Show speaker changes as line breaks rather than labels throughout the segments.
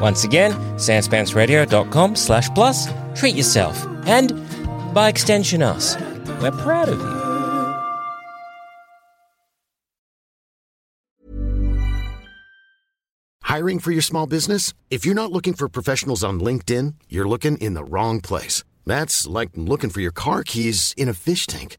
Once again, sanspantsradio.com slash plus, treat yourself, and by extension us. We're proud of you.
Hiring for your small business? If you're not looking for professionals on LinkedIn, you're looking in the wrong place. That's like looking for your car keys in a fish tank.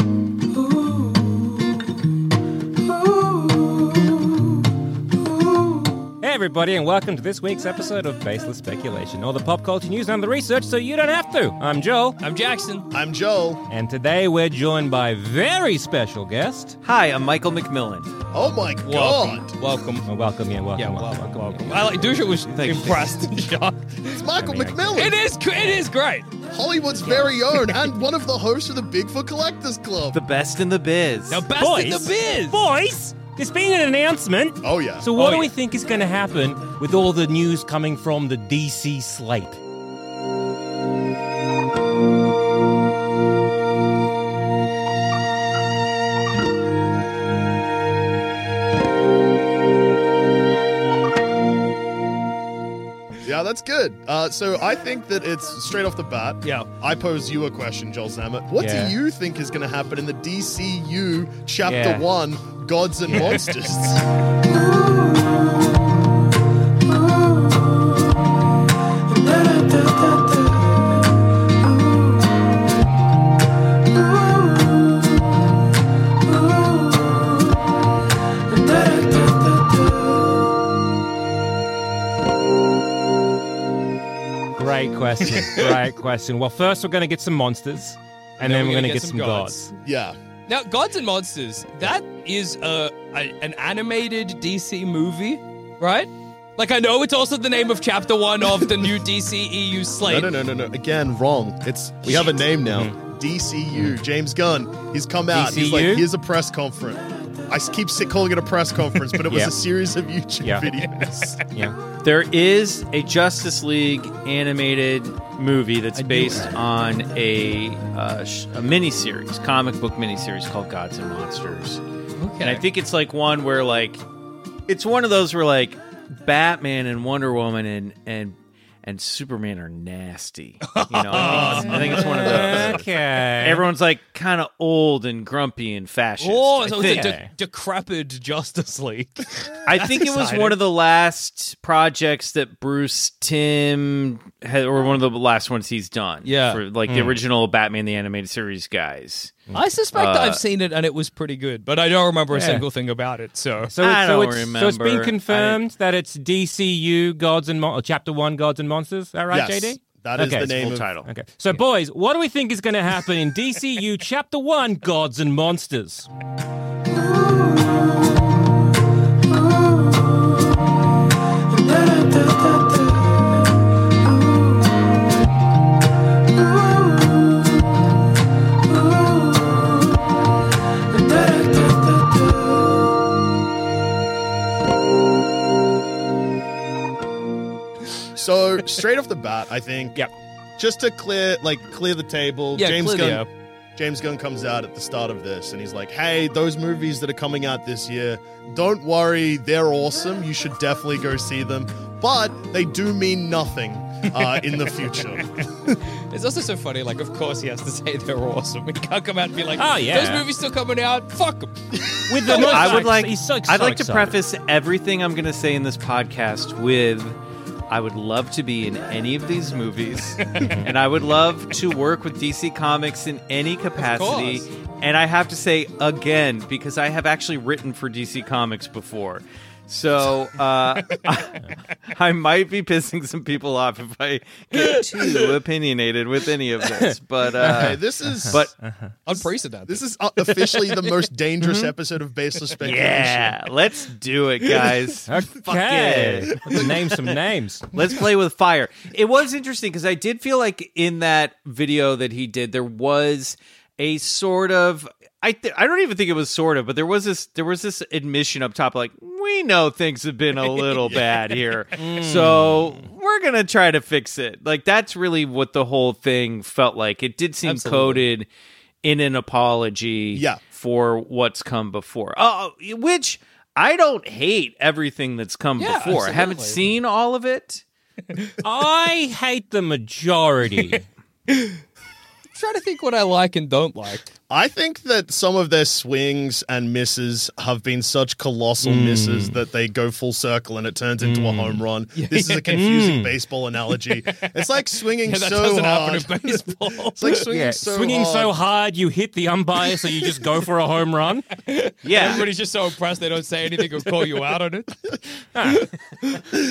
Hey everybody, and welcome to this week's episode of Baseless Speculation, all the pop culture news and the research so you don't have to. I'm Joel. I'm Jackson.
I'm Joel.
And today we're joined by a very special guest.
Hi, I'm Michael McMillan.
Oh my god.
Welcome. Oh, welcome, yeah, welcome.
Yeah,
welcome,
welcome,
welcome.
I like Dusha was
you.
impressed and shocked.
It's Michael
Anyway.
McMillan.
It is it is great.
Hollywood's very own and one of the hosts of the Bigfoot Collectors Club.
The best in the biz.
The best in the
Boys,
biz.
boys, there's been an announcement.
oh yeah.
So, what
Oh,
do
yeah.
we think is going to happen with all the news coming from the DC slate?
yeah, that's good. Uh, so I think that it's straight off the bat.
Yeah.
I pose you a question, Joel Zammett. What
Yeah.
do you think is going to happen in the DCU Chapter
Yeah.
1 Gods and Monsters?
Great question. Great question. Well, first we're going to get some monsters, and then, we're going to get, some gods.
yeah.
Now, Gods and Monsters. That is a, a an animated DC movie, right? Like I know it's also the name of chapter one of the new DC EU
No,
slate.
no, no, no, no. Again, wrong. It's we have a name now.
Mm-hmm.
DCU. James Gunn. He's come out. He's like,
DCU?
here's a press conference. I s- keep si- calling it a press conference, but it was
Yeah.
a series of YouTube
Yeah.
videos.
Yeah.
there is a Justice League animated movie that's based on a, uh, sh- a miniseries, comic book miniseries called Gods and Monsters.
Okay.
And I think it's like one where like it's one of those where like Batman and Wonder Woman and and and Superman are nasty. You know, I think it's, I think it's one of those.
Okay.
Everyone's like kind of old and grumpy and fascist.
Oh,
I
so it's
think.
a de- decrepit Justice League.
I think it was
exciting.
one of the last projects that Bruce Tim had, or one of the last ones he's done.
Yeah. Hmm.
for like the original Batman the animated series guys.
I suspect
Uh,
I've seen it and it was pretty good, but I don't remember a
Yeah.
single thing about it. So
So,
I
so
don't
it's, So it's been
remember.
confirmed that it's DCU Gods and Mon- or Chapter One Gods and Monsters. Is that right,
yes,
JD?
That is
Okay.
the name
Full
of
title.
Okay. So, boys, what do we think is going to happen in DCU Chapter One Gods and Monsters?
So straight off the bat, I think.
Yep.
Just to clear, like clear the table.
Yeah,
James
clear the
Gunn. James Gunn comes out at the start of this, and he's like, "Hey, those movies that are coming out this year, don't worry, they're awesome. You should definitely go see them, but they do mean nothing uh, in the future."
It's also so funny. Like, of course, he has to say they're awesome. He can't come out and be like,
Oh, yeah.
those movies still coming out. Fuck 'em."
With the most
I would like.
He's so
I'd like
excited.
to preface everything I'm going to say in this podcast with. I would love to be in any of these movies, and I would love to work with DC Comics in any capacity.
course.
And I have to say again, because I have actually written for DC Comics before. So uh, I, I might be pissing some people off if I get too opinionated with any of this. But
Hey,
uh,
this is
but
Unprecedented.
this is uh, officially the most
Mm-hmm.
dangerous episode of baseless speculation.
yeah, let's do it, guys. Fuck it.
Okay. Let's name some names.
Let's play with fire. It was interesting because I did feel like in that video that he did, there was a sort of I th- I don't even think it was sort of, but there was this there was this admission up top, like we know things have been a little bad here, so we're gonna try to fix it. Like that's really what the whole thing felt like. It did seem coded in an apology,
Yeah.
for what's come before. Oh, which. I don't hate everything that's come
Yeah,
before. I haven't
absolutely.
seen all of it.
I hate the majority.
trying to think what I like and don't like.
I think that some of their swings and misses have been such colossal
Hmm.
misses that they go full circle and it turns into a home run. This is a confusing baseball analogy. It's like swinging
Hmm. Yeah, that
so
doesn't
hard.
happen in baseball.
It's like swinging
Yeah,
so
swinging
hard.
so hard you hit the umpire, so you just go for a home run.
Yeah.
Everybody's just so impressed they don't say anything or call you out on it.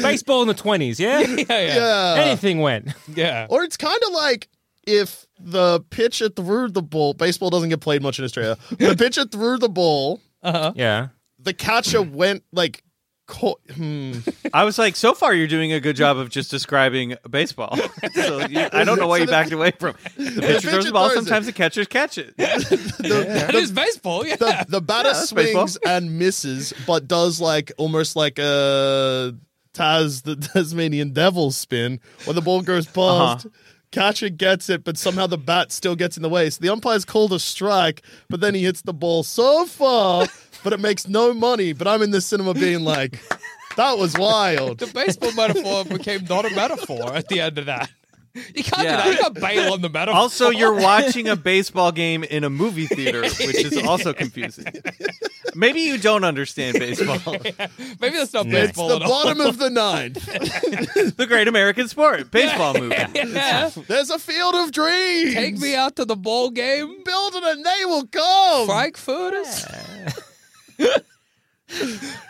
Baseball in the twenties, yeah.
Yeah,
Yeah.
Anything went.
yeah, yeah.
Or it's kind of like if the pitcher threw the ball. Baseball doesn't get played much in Australia. The pitcher threw the ball.
Yeah.
The catcher went like. Co- hmm.
I was like, so far you're doing a good job of just describing baseball. so you, I don't know why you backed away from it. The pitcher throws
pitcher
the ball,
throws it.
sometimes the catcher catches it.
That is baseball. Yeah,
the, the batter
that's baseball.
swings and misses, but does like almost like a Taz the Tasmanian Devil spin where the ball goes
Uh-huh.
past. Catcher gets it, but somehow the bat still gets in the way. So the umpire's called a strike, but then he hits the ball so far, but it makes no money. But I'm in the cinema being like, that was wild.
the baseball metaphor became not a metaphor at the end of that. You can't
Yeah.
do that. You can't bail on the metaphor.
Also, you're watching a baseball game in a movie theater, which is also confusing. Maybe you don't understand baseball.
maybe that's not
It's
baseball
the
at all.
bottom of the ninth.
The great American sport, baseball movie.
Yeah.
There's a field of dreams.
Take me out to the ball game,
Build it and they will come.
Frankfurters.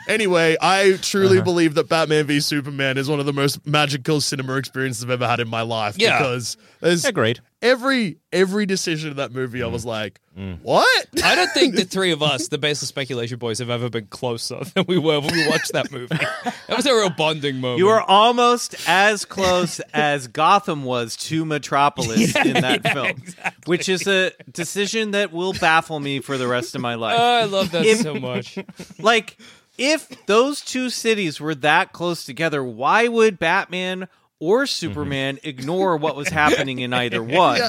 Anyway, I truly believe that Batman v Superman is one of the most magical cinema experiences I've ever had in my life.
Yeah.
Because there's
Agreed.
every every decision in that movie, I was like, what?
I don't think the three of us, the Baseless Speculation Boys, have ever been closer than we were when we watched that movie. That was a real bonding moment.
You are almost as close as Gotham was to Metropolis in that film, which is a decision that will baffle me for the rest of my life.
Oh, I love that so much.
like if those two cities were that close together why would batman
Mm-hmm.
or superman ignore what was happening in either one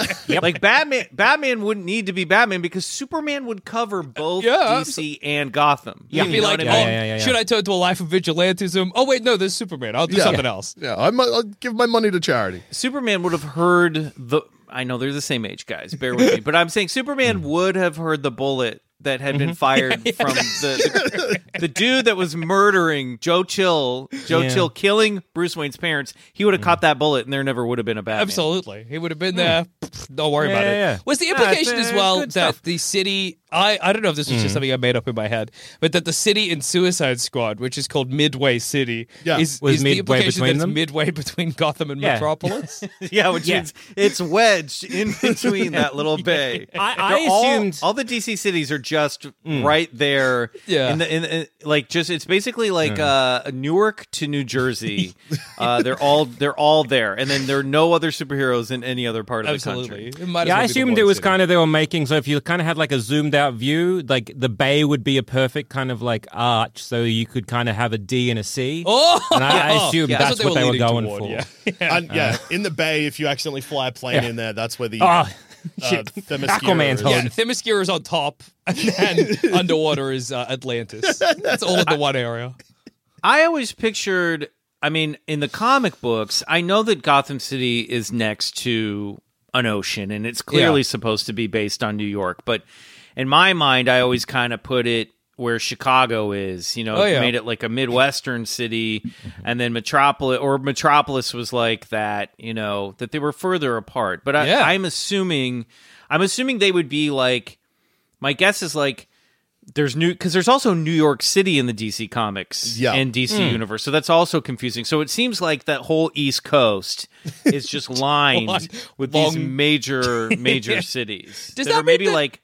like batman batman wouldn't need to be batman because superman would cover both
Yeah,
dc and gotham
You'd be
know
like,
what
oh,
I mean?
Yeah, yeah, yeah, yeah.
should I turn to a life of vigilantism? Oh, wait, no, there's Superman. I'll do
Yeah.
something else.
yeah, I'm, I'll give my money to charity.
superman would have heard the i know they're the same age guys bear with me but i'm saying superman would have heard the bullet that had been fired from the, the dude that was murdering Joe Chill, Joe
Yeah.
Chill killing Bruce Wayne's parents. He would have caught that bullet, and there never would have been a Batman.
Absolutely. He would have been there. Pfft, Don't worry
Yeah,
about
yeah,
it.
yeah.
Was the
it's,
implication
uh,
as well
good
that
stuff.
the city, I, I don't know if this was just something I made up in my head, but that the city in Suicide Squad, which is called Midway City,
Yeah.
is,
Was
is
midway
the implication
between
that
them?
it's midway between Gotham and
Yeah.
Metropolis?
Yeah, which
Yeah.
means it's wedged in between that little bay.
I- I
They're all-
assumed- Mm.
all, the DC cities are just right there.
Yeah.
in the, in, in like just it's basically like uh, Newark to New Jersey. uh, they're all they're all there, and then there are no other superheroes in any other part of
Absolutely.
the country.
It might as
Yeah,
well
I
be the
assumed
one
it was
city.
kind of they were making. So if you kind of had like a zoomed out view, like the bay would be a perfect kind of like arch, so you could kind of have a D and a C.
Oh,
and I, I
yeah.
assumed
Yeah.
that's, what they were,
leaning
going
toward,
for.
yeah.
And, yeah, in the bay, if you accidentally fly a plane in there, that's where the
Oh,
uh,
shit.
Themyscira
Aquaman's
is.
home.
Yeah, Themyscira is on top, and then underwater is uh, Atlantis. That's all in the one area.
I always pictured. I mean, in the comic books, I know that Gotham City is next to an ocean, and it's clearly supposed to be based on New York. But in my mind, I always kind of put it where Chicago is. You know,
Oh, yeah.
made it like a midwestern city, and then Metropolis or Metropolis was like that. You know, that they were further apart. But I,
Yeah.
I'm assuming, I'm assuming they would be like my guess is like there's new because there's also New York City in the DC comics
Yeah.
and DC
Hmm.
universe, so that's also confusing. So it seems like that whole East Coast is just lined
Long-
with these
long-
major major cities
Does
that,
that
are maybe
mean that-
like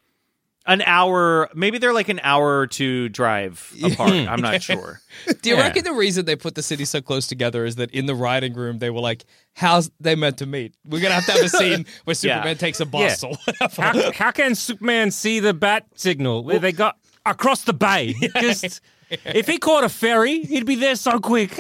an hour, maybe they're like an hour or two drive apart. I'm not sure.
Do you
Yeah.
reckon the reason they put the cities so close together is that in the writing room they were like, "How's they meant to meet? We're gonna have to have a scene where Superman takes a bus
Yeah.
or whatever."
How, how can Superman see the bat signal where they got across the bay? Just if he caught a ferry, he'd be there so quick.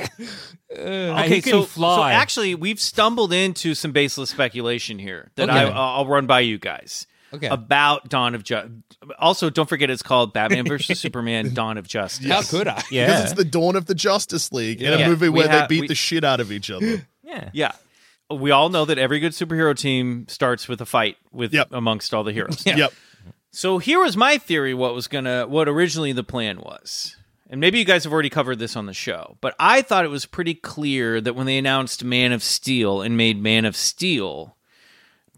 Uh,
okay, he can
so,
fly.
so actually, we've stumbled into some baseless speculation here that I,
Okay.
I'll run by you guys.
Okay.
About Dawn of Justice. Also, don't forget it's called Batman versus Superman: Dawn of Justice.
How could I?
Because
yeah,
it's the dawn of the Justice League in
Yeah.
a movie
We
where
ha-
they beat
we-
the shit out of each other.
yeah.
Yeah. We all know that every good superhero team starts with a fight with
Yep.
amongst all the heroes.
Yep.
So here was my theory what was gonna what originally the plan was. And maybe you guys have already covered this on the show, but I thought it was pretty clear that when they announced Man of Steel and made Man of Steel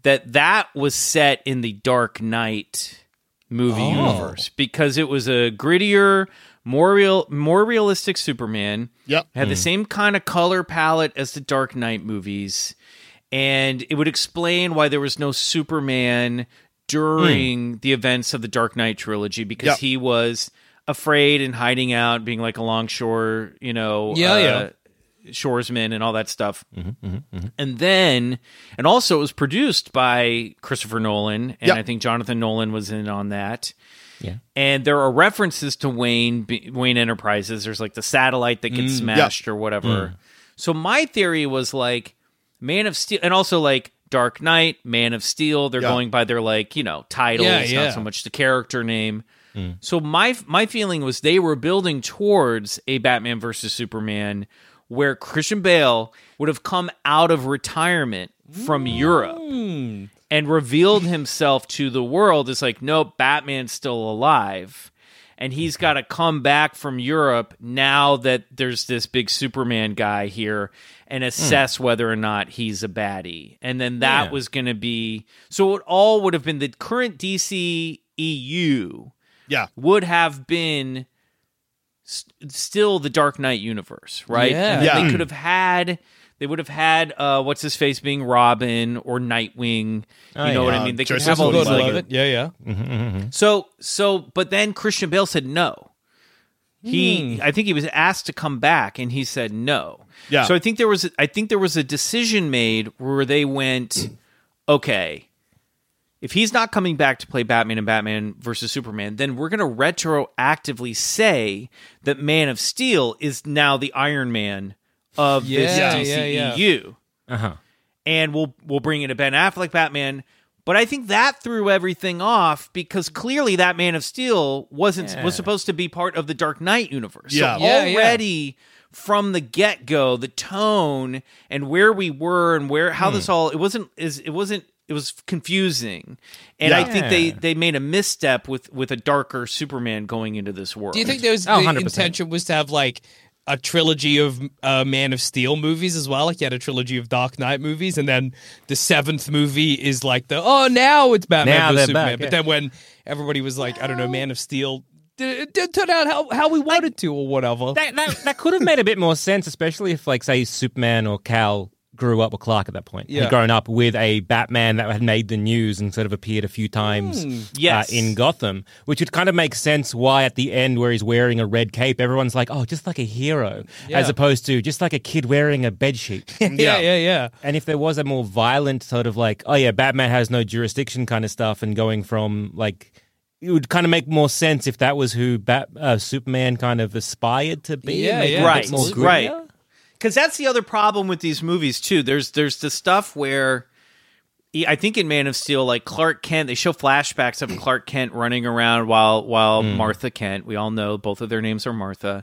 that that was set in the Dark Knight movie universe because it was a grittier, more real, more realistic Superman.
Yep.
Had the same kind of color palette as the Dark Knight movies. And it would explain why there was no Superman during the events of the Dark Knight trilogy because
Yep.
he was afraid and hiding out, being like a longshore, you know, uh,
Yeah, yeah.
shoresman and all that stuff. And then, and also it was produced by Christopher Nolan, and
Yep.
I think Jonathan Nolan was in on that. Yeah. And there are references to Wayne be- Wayne Enterprises. There's like the satellite that gets
Mm,
smashed or whatever. So my theory was like Man of Steel, and also like Dark Knight, Man of Steel. They're
Yeah.
going by their like you know titles,
Yeah, yeah.
not so much the character name. So my my feeling was they were building towards a Batman versus Superman where Christian Bale would have come out of retirement from Europe and revealed himself to the world as like, nope, Batman's still alive. And he's got to come back from Europe now that there's this big Superman guy here and assess whether or not he's a baddie. And then that was going to be so it all would have been the current E DC EU
Yeah.
would have been st- still the Dark Knight universe, right?
Yeah.
And
Yeah.
They could have had they would have had uh, what's his face being Robin or Nightwing. You know what
yeah.
I mean? They could
uh, Joseph
have all
Good
these
Gordon-Levitt.
love
like,
it. Yeah, yeah.
so so but then Christian Bale said no. He I think he was asked to come back and he said no.
Yeah.
So I think there was I think there was a decision made where they went okay, if he's not coming back to play Batman and Batman versus Superman, then we're going to retroactively say that Man of Steel is now the Iron Man of
Yeah,
this E
yeah, yeah.
DCEU. And we'll we'll bring in a Ben Affleck Batman. But I think that threw everything off because clearly that Man of Steel wasn't was supposed to be part of the Dark Knight universe.
Yeah.
So
Yeah, yeah.
already from the get go, the tone and where we were and where
Hmm.
how this all it wasn't is it wasn't it was confusing, and I think they they made a misstep with with a darker Superman going into this world.
Do you think there was
Oh,
the
100%.
intention was to have like a trilogy of uh, Man of Steel movies as well? Like you had a trilogy of Dark Knight movies, and then the seventh movie is like the oh now it's Batman
Now
versus
they're
Superman.
back,
But
yeah.
then when everybody was like I don't know Man of Steel, did- it didn't turn out how how we wanted to or whatever.
That, that, that could have made a bit more sense, especially if, like, say, Superman or Cal grew up with Clark at that point.
Yeah.
He'd grown up with a Batman that had made the news and sort of appeared a few times
Yes.
uh, in Gotham, which would kind of make sense why at the end, where he's wearing a red cape, everyone's like, oh, just like a hero, as opposed to just like a kid wearing a bedsheet.
yeah, yeah, yeah.
And if there was a more violent sort of like, oh yeah, Batman has no jurisdiction kind of stuff, and going from like, it would kind of make more sense if that was who Bat- uh, Superman kind of aspired to be.
Yeah,
maybe a
yeah.
bit
right,
more gritty.
right. Because that's the other problem with these movies too. There's there's the stuff where e, I think in Man of Steel, like Clark Kent, they show flashbacks of Clark Kent running around while while
Hmm.
Martha Kent, we all know both of their names are Martha,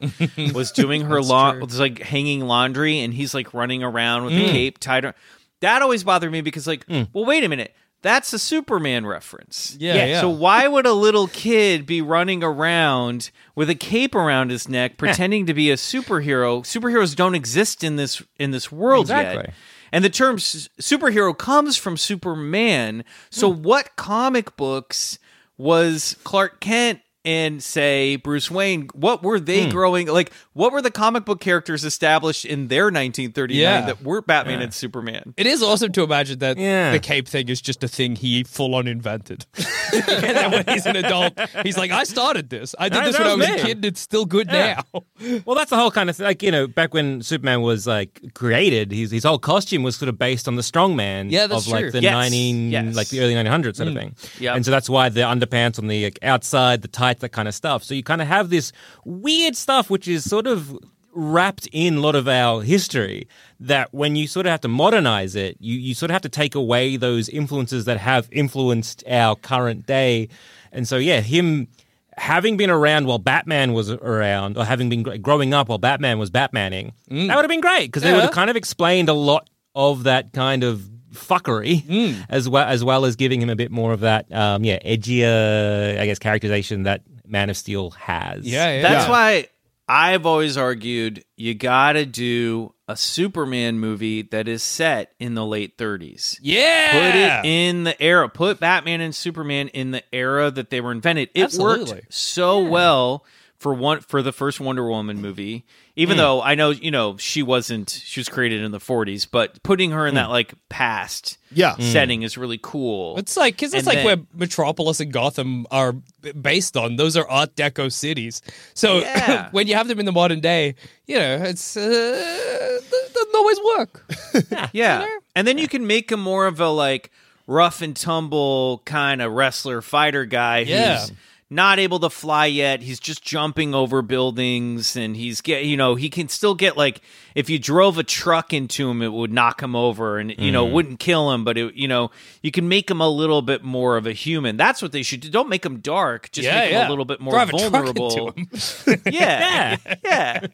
was doing her lawn, was like hanging laundry, and he's like running around with
Hmm.
a cape tied. ar- That always bothered me because like, well, wait a minute, that's a Superman reference.
Yeah, yeah.
So why would a little kid be running around with a cape around his neck pretending to be a superhero? Superheroes don't exist in this in this world
Exactly.
yet. And the term
Hmm.
s- superhero comes from Superman. So what comic books was Clark Kent and say Bruce Wayne, what were they
Hmm.
growing like what were the comic book characters established in their 1939
Yeah.
that were Batman and Superman?
It is awesome to imagine that
Yeah.
the cape thing is just a thing he full on invented. and then when he's an adult, he's like, I started this. I did
That-
this
that
when I was
was
a
me."
kid. It's still good
Yeah.
now.
Well, that's the whole kind of thing. Like you know, back when Superman was like created, his his whole costume was sort of based on the strongman
Yeah, that's
of like
true. Mm.
the
Yes,
nineteen,
yes.
like the early nine hundreds sort of thing.
yeah.
and so that's why the underpants on the like, outside, the tights, that kind of stuff. So you kind of have this weird stuff, which is sort of wrapped in a lot of our history. That when you sort of have to modernize it, you you sort of have to take away those influences that have influenced our current day. And so yeah, him having been around while Batman was around, or having been gr- growing up while Batman was Batmaning, that would have been great because they would
Yeah.
have kind of explained a lot of that kind of fuckery, as well as well as giving him a bit more of that, um, yeah, edgier, I guess, characterization that Man of Steel has.
That's
Yeah.
why I've always argued you got to do a Superman movie that is set in the late 30s. Put
Yeah.
it in the era. Put Batman and Superman in the era that they were invented. It
Absolutely.
worked so well for one for the first Wonder Woman movie. Even though I know, you know, she wasn't she was created in the 40s, but putting her in that like past
Yeah.
setting is really cool.
It's like because
And
it's like
then-
where Metropolis and Gotham are b- based on. Those are Art Deco cities. So
Yeah.
when you have them in the modern day, you know it's uh, it doesn't always work.
Yeah. And then you can make him more of a like rough and tumble kind of wrestler fighter guy
Yeah.
who's not able to fly yet. He's just jumping over buildings and he's get you know, he can still get like if you drove a truck into him it would knock him over and you
Mm-hmm.
know, it wouldn't kill him, but it you know, you can make him a little bit more of a human. That's what they should do. Don't make him dark, just
yeah,
make him a
yeah.
little bit more
Drive
vulnerable.
A truck into 'em.
Yeah. yeah.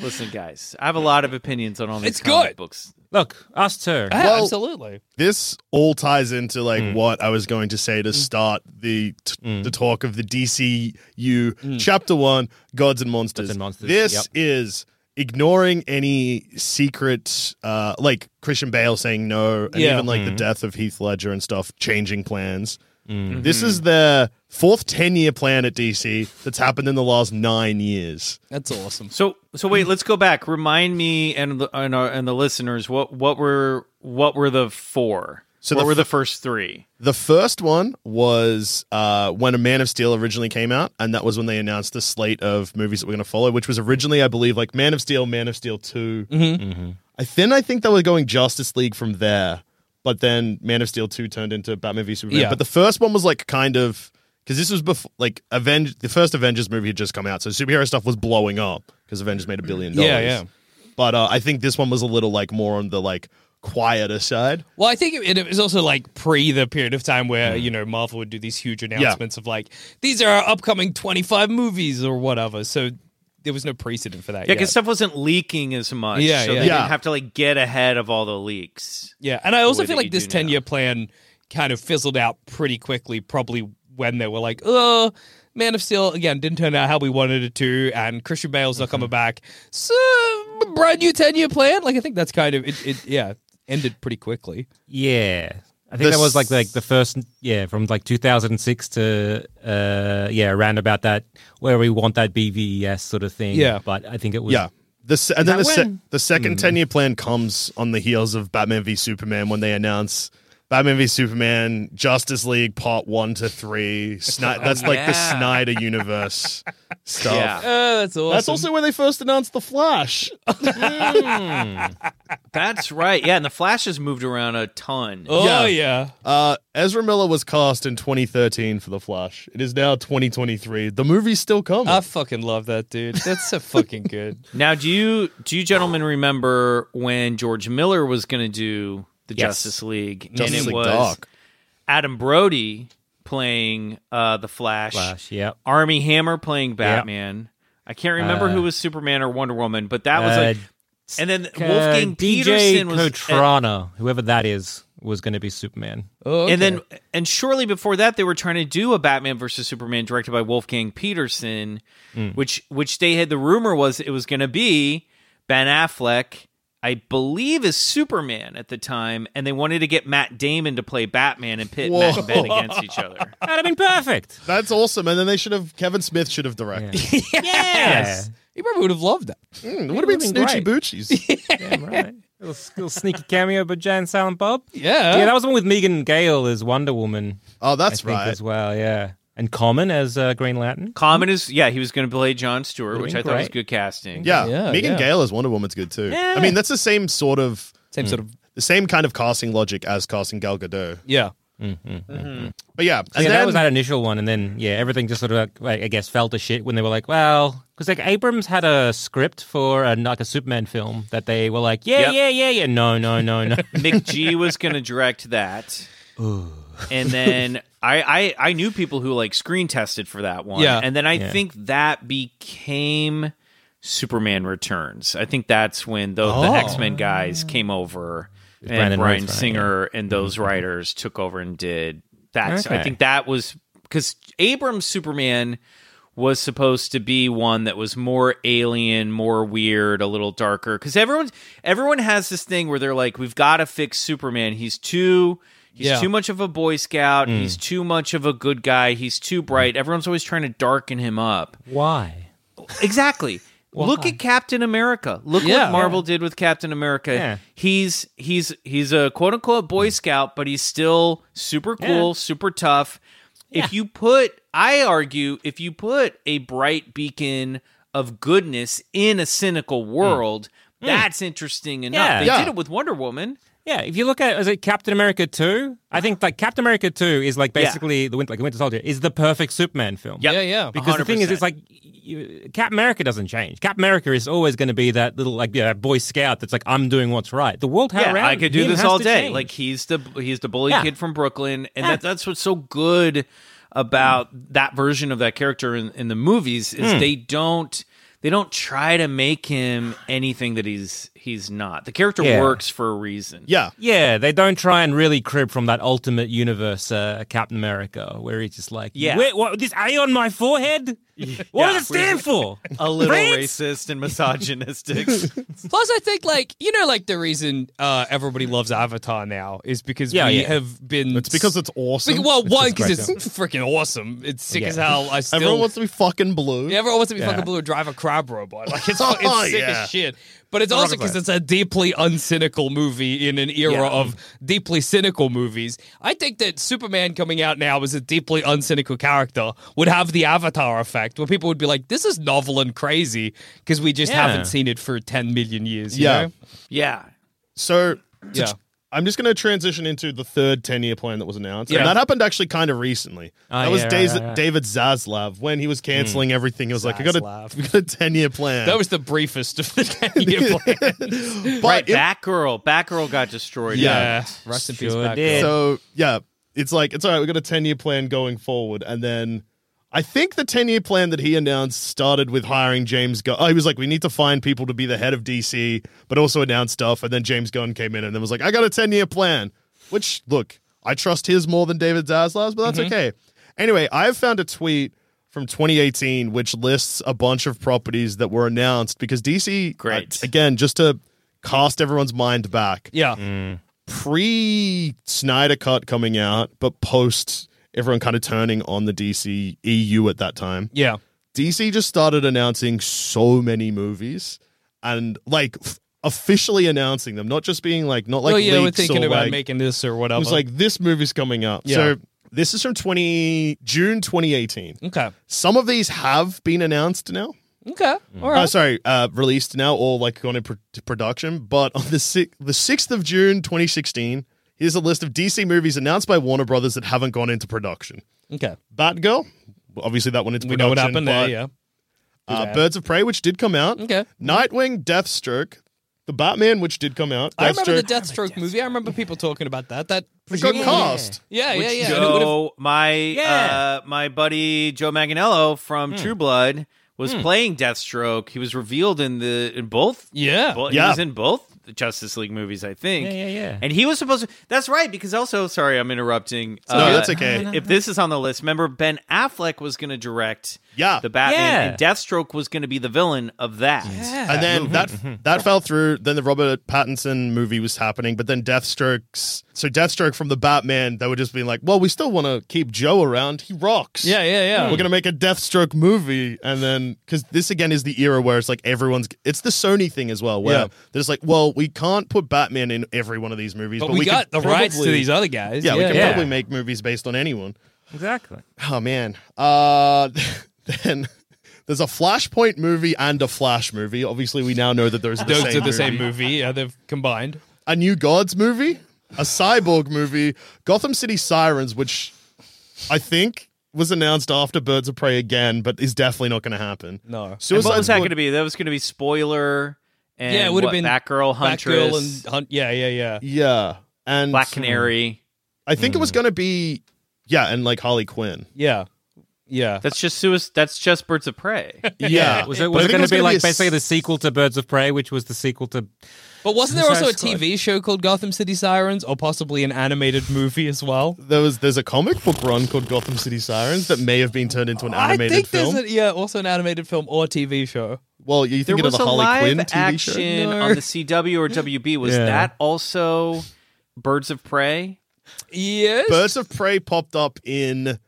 Listen guys, I have a lot of opinions on all these
It's
comic
good.
books.
Look, us too.
Yeah,
Well-
absolutely.
This all ties into like
Mm.
what I was going to say to start the t- the talk of the DCU chapter 1 Gods and Monsters.
and Monsters,
This
yep.
is ignoring any secret uh like Christian Bale saying no and
Yeah.
even like the
Mm.
death of Heath Ledger and stuff changing plans. This is their fourth 10-year plan at DC that's happened in the last 9 years.
That's awesome.
So so wait, let's go back. Remind me and the, and, our, and the listeners what what were what were the four?
So
what
the
were
f-
the first three?
The first one was uh, when A Man of Steel originally came out, and that was when they announced the slate of movies that we're going to follow, which was originally, I believe, like Man of Steel, Man of Steel 2.
Mm-hmm.
I, then I think they were going Justice League from there, but then Man of Steel 2 turned into Batman v Superman.
Yeah.
But the first one was like kind of. Because this was before, like, Avenge- the first Avengers movie had just come out, so superhero stuff was blowing up because Avengers made a billion dollars.
Yeah, yeah.
But uh, I think this one was a little, like, more on the, like, quieter side.
Well, I think it, it was also like pre the period of time where
Mm.
you know Marvel would do these huge announcements of like these are our upcoming twenty five movies or whatever. So there was no precedent for that.
Yeah,
yet.
because stuff wasn't leaking as much.
Yeah,
so
yeah.
they
Yeah.
didn't have to like get ahead of all the leaks.
Yeah, and I also
way
feel
that
like
you
this
do now.
ten year plan kind of fizzled out pretty quickly. Probably when they were like, "Oh, Man of Steel again didn't turn out how we wanted it to," and Christian Bale's not coming
Mm-hmm.
back. So b- brand new ten year plan. Like I think that's kind of it. it yeah, ended pretty quickly.
Yeah. I think
The
that was like
s-
like the first yeah from like 2006 to uh yeah around about that where we want that BVES sort of thing
Yeah.
but I think it was
Yeah. The se- and then the,
that
se-
when?
the
Mm.
second 10 year plan comes on the heels of Batman v Superman when they announce Batman v Superman, Justice League Part 1 to 3. Sni- that's like the
Oh, yeah.
Snyder universe stuff.
Yeah.
Oh, that's awesome.
That's also when they first announced The Flash.
That's right. Yeah, and the Flash has moved around a ton.
oh
yeah.
yeah.
Uh, Ezra Miller was cast in 2013 for The Flash. It is now 2023. The movie's still coming.
Uh,
I fucking love that dude. That's so fucking good.
Now, do you do you gentlemen remember when George Miller was going to do the Justice League
Justice
and it
League
was
Dark.
Adam Brody playing uh, the
Flash yeah
Army Hammer playing Batman. I can't remember who was Superman or Wonder Woman, but that was
uh,
like. And then Wolfgang
Uh, DJ
Peterson was,
Cotrana, whoever that is, was going to be Superman.
Oh,
and
okay.
then and shortly before that, they were trying to do a Batman versus Superman directed by Wolfgang
Hmm.
Peterson, which which they had the rumor was it was going to be Ben Affleck. I believe, is Superman at the time, and they wanted to get Matt Damon to play Batman and pit Matt and Ben against each other.
That'd have been perfect.
That's awesome. And then they should have Kevin Smith should have directed.
Yes.
He probably would have loved that.
It would have been
great.
Snoochie Boochies.
Damn right. Little, little sneaky cameo by Jan Silent Bob.
Yeah.
Yeah, that was the one with Megan Gale as Wonder Woman,
oh,
I
that's
think,
right.
as well. Yeah. And Common as uh, Green Lantern.
Common is yeah, he was going to play John Stewart, which
been
I thought was
great.
good casting.
Yeah.
Yeah,
Megan
yeah.
Gale as Wonder Woman's good too. I mean, that's the same sort of
Same sort of.
the same kind of casting logic as casting Gal Gadot.
Yeah.
But yeah, and
yeah,
then,
that was that initial one, and then yeah, everything just sort of like, I guess fell to shit when they were like, well, because like Abrams had a script for a, like a Superman film that they were like, yeah,
Yep.
yeah, yeah, yeah, no, no, no, no.
Mick G was going to direct that. And then I, I I knew people who like screen tested for that one.
Yeah.
And then I think that became Superman Returns. I think that's when the, the X Men guys came over and
Brandon
Brian
Routh, right,
Singer and those writers took over and did that. So I
Okay.
think that was because Abrams Superman was supposed to be one that was more alien, more weird, a little darker. Because everyone's everyone has this thing where they're like, we've got to fix Superman. He's too he's
Yeah.
too much of a Boy Scout. He's too much of a good guy. He's too bright. Everyone's always trying to darken him up.
Why?
Exactly. Look at Captain America. Look
Yeah.
what Marvel did with Captain America.
Yeah. Mm.
He's he's he's a quote unquote Boy Scout, but he's still super cool, super tough. If you put, I argue, if you put a bright beacon of goodness in a cynical world, that's interesting enough.
Mm. Yeah.
They
Yeah.
did it with Wonder Woman.
Yeah, if you look at is it Captain America two, I think like Captain America two is like
Yeah.
basically the Winter, like the Winter Soldier is the perfect Superman film.
Yep.
Yeah, yeah.
Because the thing is, it's
100%.
like you, Cap America doesn't change. Cap America is always going to be that little like yeah, boy scout that's like I'm doing what's right. The world
Yeah,
around
I could do
him
this
has
all
to
day.
change.
Like he's the he's the bully
Yeah.
kid from Brooklyn, and that, that's what's so good about that version of that character in, in the movies is
Hmm.
they don't they don't try to make him anything that he's he's not. The character
Yeah.
works for a reason.
yeah.
Yeah, they don't try and really crib from that ultimate universe, uh, Captain America, where he's just like,
Yeah.
Wait, what, this A on my forehead? What does it stand for?
a little
France?
racist and misogynistic.
Plus, I think like you know, like the reason uh, everybody loves Avatar now is because
Yeah,
we
yeah.
have been.
It's because it's awesome.
Be- well, one
great
because it's freaking awesome. It's sick
Yeah.
as hell. I still
Everyone wants to be fucking blue.
Yeah, everyone wants to be
Yeah.
fucking blue and drive a crab robot. Like it's,
Oh,
it's sick
yeah.
as shit. But it's also because it's a deeply uncynical movie in an era
Yeah.
of deeply cynical movies. I think that Superman coming out now as a deeply uncynical character would have the Avatar effect, where people would be like, "This is novel and crazy," because we just
Yeah.
haven't seen it for ten million years. You
Yeah.
know?
yeah.
So to
Yeah.
tr- I'm just going to transition into the third 10 year plan that was announced.
Yeah.
And that happened actually kind of recently.
Ah,
that was
yeah,
Daz-
right, right, right.
David Zaslav when he was canceling everything. He was like, I got a,
Zaslav.
we got a 10 year plan.
That was the briefest of the ten-year plan.
but
Right,
it-
Batgirl. Batgirl got destroyed.
Yeah.
Rest in peace,
Sure
Batgirl.
did.
So yeah, it's like it's all right. We got a ten year plan going forward, and then I think the ten year plan that he announced started with hiring James Gunn. Oh, he was like, we need to find people to be the head of DC, but also announce stuff. And then James Gunn came in and then was like, I got a ten year plan. Which look, I trust his more than David Zaslav's, but that's okay. Anyway, I've found a tweet from 2018 which lists a bunch of properties that were announced because DC.
Great.
again, just to cast everyone's mind back
Yeah,
pre Snyder cut coming out, but post everyone kind of turning on the DC EU at that time.
yeah.
DC just started announcing so many movies and like f- officially announcing them, not just being like not like
well, yeah, we're
leaks
thinking
or,
about
like,
making this or
It
whatever.
was like this movie's coming up.
Yeah.
So this is from 20 June 2018.
okay,
Some of these have been announced now.
okay, all
Uh,
right.
sorry, uh, released now or like gone into pr- production. But on the si- the sixth of June, 2016, here's a list of DC movies announced by Warner Brothers that haven't gone into production.
okay,
Batgirl, obviously that went into
we
production.
know what happened there.
but,
Yeah.
uh, Birds of Prey, which did come out.
Okay.
Nightwing, Deathstroke, the Batman, which did come out.
I remember the
Deathstroke,
Deathstroke movie. I remember people talking about that. That
it got
presumably-
cast.
Yeah, yeah, yeah. And it would've-
Joe, my
Yeah.
uh, my buddy Joe Manganiello from True Blood was playing Deathstroke. He was revealed in the in both.
Yeah.
bo-
Yeah.
he was in both the Justice League movies, I think.
Yeah, yeah, yeah.
And he was supposed to. That's right, because also, sorry, I'm interrupting. uh,
No, that's okay.
If this is on the list, remember Ben Affleck was going to direct
Yeah.
the Batman,
Yeah.
and Deathstroke was going to be the villain of that.
And then that that fell through. Then the Robert Pattinson movie was happening, but then Deathstroke's so Deathstroke from the Batman, they were just being like, "Well, we still want to keep Joe around. He rocks.
Yeah, yeah, yeah.
We're gonna make a Deathstroke movie, and then because this again is the era where it's like everyone's. It's the Sony thing as well, where
Yeah.
they're just like, well, we can't put Batman in every one of these movies,
but, we,
could
got the rights to
probably-
these other guys.
Yeah, we can
yeah.
probably make movies based on anyone.
Exactly.
Oh man. Uh then there's a Flashpoint movie and a Flash movie. Obviously, we now know that those are the,
Those
same,
are the
movie.
same movie. Yeah, they've combined.
A New Gods movie, a Cyborg movie, Gotham City Sirens, which I think was announced after Birds of Prey again, but is definitely not going to happen.
No.
And what
Suicide
was that going
Squad.
to be? That was going to be spoiler. And
yeah, it would have been
Batgirl, Huntress,
Batgirl and Hunt. Yeah, yeah, yeah.
Yeah, and
Black Canary.
I think it was going to be yeah, and like Harley Quinn.
Yeah. Yeah.
That's just suicide. That's just Birds of Prey.
Yeah,
Was
But
it, was
I
it
think
going to be
gonna
like
a
basically the sequel to Birds of Prey, which was the sequel to?
But wasn't there
Suicide
also a
Squad.
TV show called Gotham City Sirens or possibly an animated movie as well?
there was there's a comic book run called Gotham City Sirens that may have been turned into an animated
I think
film.
there's a, yeah, also an animated film or TV show.
well, you
there
thinking of
was
the
a
Harley
live
Quinn TV
action
show?
No.
on the CW or WB. Was
Yeah.
that also Birds of Prey?
Yes.
Birds of Prey popped up in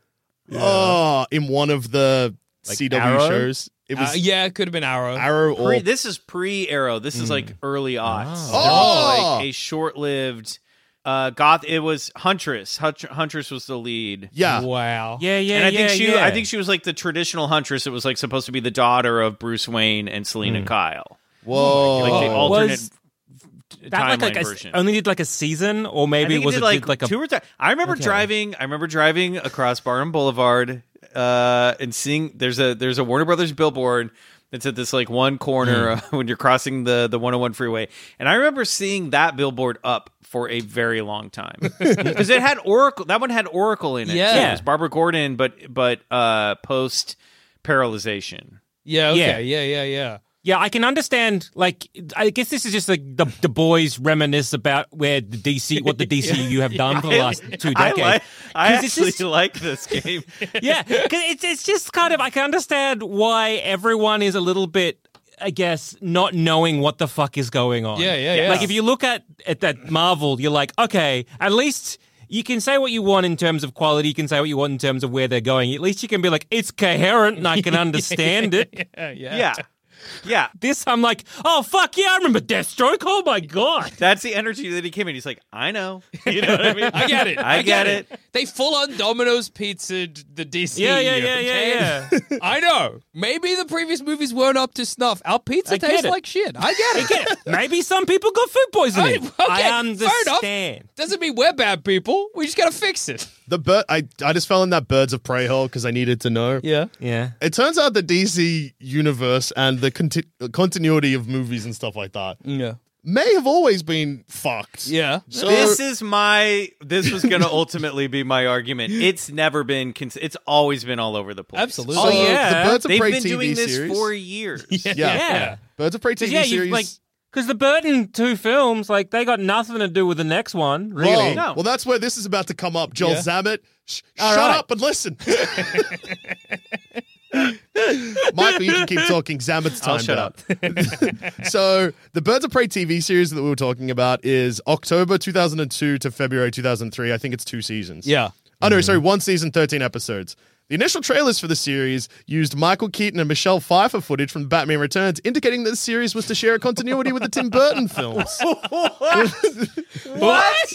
oh, in one of the CW
Arrow?
shows. It
Uh,
was
yeah, it could have been Arrow.
Arrow or
Pre, this is pre Arrow. This is
Mm.
like early
Ah.
aughts. It was
Oh.
Ah!
like a short lived. Uh, goth. It was Huntress. Hunt- Huntress was the lead.
yeah.
Wow.
Yeah, yeah,
and I
yeah,
think she.
yeah.
I think she was like the traditional Huntress. It was like supposed to be the daughter of Bruce Wayne and
Mm.
Selena Kyle.
Whoa.
Like the alternate
Was
t-
that
timeline
like a,
version.
only did like a season, or
I
maybe
think
was
it
it
did like,
did like a
two or three. I remember driving. I remember driving across Barnum Boulevard uh, and seeing there's a there's a Warner Brothers billboard that's at this like one corner
Hmm.
uh, when you're crossing the the 101 freeway, and I remember seeing that billboard up for a very long time because it had Oracle. That one had Oracle in it.
Yeah.
too. it was Barbara Gordon, but but uh, post paralyzation.
Yeah, okay.
Yeah.
Yeah, yeah, yeah. yeah.
Yeah, I can understand. Like, I guess this is just like the the boys reminisce about where the DC, what the DCU have done for the last two
I
decades.
like. I
'Cause it's
actually
just-
like this game.
yeah, 'cause it's it's just kind of I can understand why everyone is a little bit. I guess not knowing what the fuck is going on.
Yeah, yeah, yeah.
Like if you look at at that Marvel, you're like, okay, at least you can say what you want in terms of quality. You can say what you want in terms of where they're going. At least you can be like, it's coherent and I can understand it.
Yeah, yeah.
yeah, yeah.
This I'm like, oh fuck yeah, I remember Deathstroke. Oh my god.
That's the energy that he came in. He's like, I know. You know what I mean?
I get it.
I, get, it.
They full on Domino's pizza the DC.
Yeah, yeah, yeah, yeah,
okay? I know. Maybe the previous movies weren't up to snuff. Our pizza
I get
tastes
it.
like shit. I get it.
Maybe some people got food
I,
poisoning.
okay,
I
Fair
understand.
enough. Doesn't mean we're bad people. We just gotta fix it.
The bird I I just fell in that Birds of Prey hole because I needed to know.
Yeah.
Yeah.
It turns out the DC universe and the conti- continuity of movies and stuff like that
Yeah.
may have always been fucked.
Yeah.
So
This is my. This was going to ultimately be my argument. It's never been. Cons- it's always been all over the place.
Absolutely.
so
Oh, yeah.
the Birds of
They've
Prey
been
TV
doing this
series.
for years.
Yeah.
Yeah.
Birds of Prey TV
'Cause, Yeah,
series.
you like because the Burton two films, like they got nothing to do with the next one,
Whoa.
really.
No.
Well, that's where this is about to come up. Joel
Yeah.
Zammit, sh-
All
shut
right.
up and listen. Michael, you can keep talking. Zammit's time
I'll shut
out. so, the Birds of Prey TV series that we were talking about is October 2002 to February 2003. I think it's two seasons.
Yeah.
Oh, no, sorry, one season, 13 episodes. The initial trailers for the series used Michael Keaton and Michelle Pfeiffer footage from Batman Returns, indicating that the series was to share a continuity with the Tim Burton films.
What?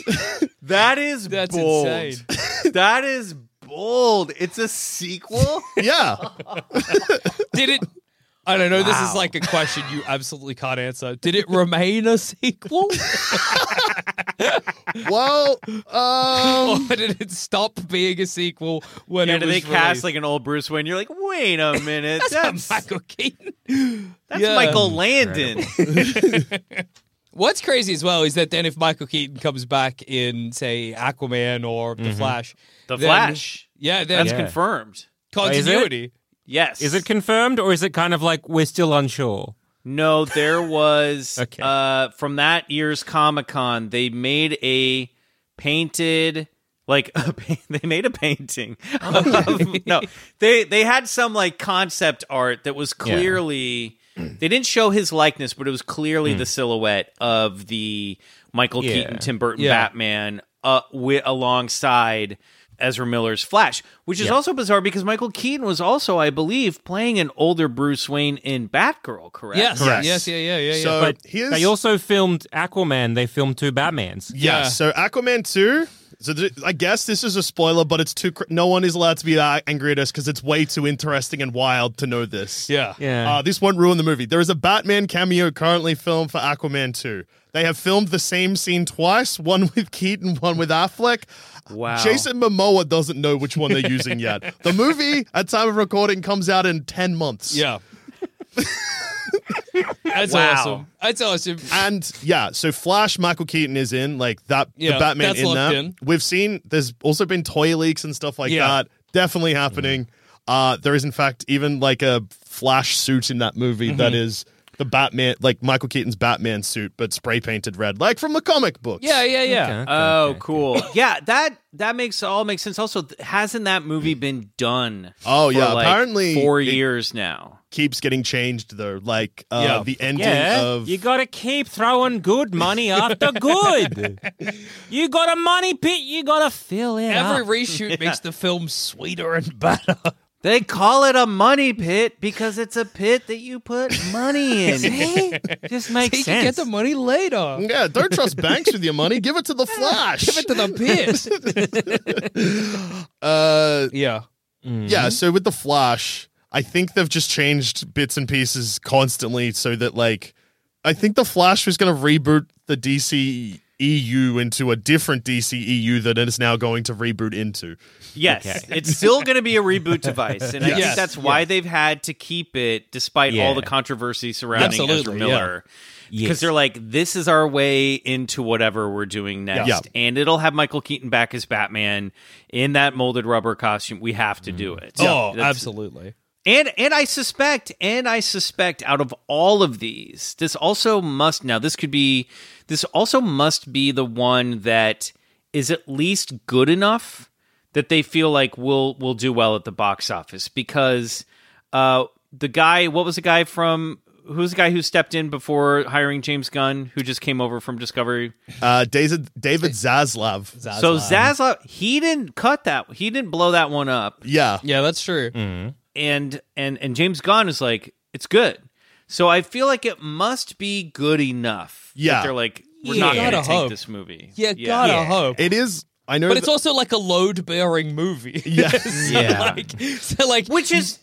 that is
That's
bold.
insane.
That is bold. It's a sequel.
Yeah.
Did it? I don't know. This is like a question you absolutely can't answer. Did it remain a sequel,
Well, um,
or Oh, did it stop being a sequel when
yeah,
it
do
was
they cast
released?
like an old Bruce Wayne? You're like, wait a minute. that's that's
Michael Keaton? Yeah.
Michael Landon.
What's crazy as well is that then if Michael Keaton comes back in, say, Aquaman or The Flash,
The
then-
Flash.
yeah, then
That's
Yeah.
confirmed.
continuity.
Is it?
Is it?
Yes.
Is it confirmed or is it kind of like we're still unsure?
No, there was
Okay.
uh from that year's Comic Con, they made a painted like a pa- they made a painting. of- no, they they had some like concept art that was clearly they didn't show his likeness, but it was clearly the silhouette of the Michael
Yeah.
Keaton Tim Burton
Hmm. Yeah.
Batman uh, wi- alongside Ezra Miller's Flash, which is also bizarre because Michael Keaton was also, I believe, playing an older Bruce Wayne in Batgirl, correct?
Yes,
Correct.
yes, yeah, yeah, yeah, yeah.
So
But
here's
they also filmed Aquaman. They filmed two Batmans.
yeah,
Yeah.
So Aquaman two. So th- I guess this is a spoiler, but it's too. Cr- no one is allowed to be uh, angry at us because it's way too interesting and wild to know this.
yeah,
Yeah.
Uh, this won't ruin the movie. There is a Batman cameo currently filmed for Aquaman 2. They have filmed the same scene twice, one with Keaton, one with Affleck.
Wow.
Jason Momoa doesn't know which one they're using yet. The movie, at time of recording, comes out in 10 months.
yeah. That's
Wow.
awesome. That's awesome.
And yeah, so Flash Michael Keaton is in, like that the
Yeah,
Batman
that's
in
locked
that.
in.
We've seen there's also been toy leaks and stuff like
Yeah. Mm-hmm.
that. Definitely happening. Uh there is in fact even like a flash suit in that movie
Mm-hmm.
that is the Batman like Michael Keaton's Batman suit, but spray painted red, like from the comic books.
Yeah, yeah, yeah.
Okay.
Oh, cool. yeah, that that makes all makes sense. Also, th- hasn't that
Mm.
movie been done?
Oh,
for,
yeah,
like,
apparently
four
it-
years now.
Keeps getting changed though. Like uh
Yeah.
the ending
Yeah,
of
you gotta keep throwing good money after good. you got a money pit, you gotta fill it
Every
up.
reshoot makes the film sweeter and better.
They call it a money pit because it's a pit that you put money in.
Just makes
He
sense.
can get the money later.
Yeah, don't trust banks with your money. Give it to the Flash.
Give it to the pit.
uh,
yeah.
Yeah, so with the Flash, I think they've just changed bits and pieces constantly so that like I think the Flash was going to reboot the DC EU into a different DC EU that it is now going to reboot into.
Yes, it's still going to be a reboot device, and I
Yes.
think that's why they've had to keep it, despite all the
Yeah.
controversy surrounding Ezra
Absolutely, yeah.
Miller. Because they're like, this is our way into whatever we're doing next,
Yeah.
and it'll have Michael Keaton back as Batman in that molded rubber costume. We have to do it.
Oh,
That's-
absolutely.
and and I suspect, and I suspect, out of all of these, this also must now. This could be, this also must be the one that is at least good enough that they feel like will will do well at the box office because uh, the guy, what was the guy from? Who's the guy who stepped in before hiring James Gunn, who just came over from Discovery?
Uh David David Zaslav.
So Zaslav, he didn't cut that. He didn't blow that one up.
Yeah.
Yeah, that's true.
and and and James Gunn is like, it's good. So I feel like it must be good enough. that
Yeah.
they're like, we're
Yeah.
not going to
Gotta
take
hope.
this movie.
Yeah, gotta hope.
It is I know
but it's
that-
also like a load bearing movie.
Yes.
so
Yeah.
Like, so like
which is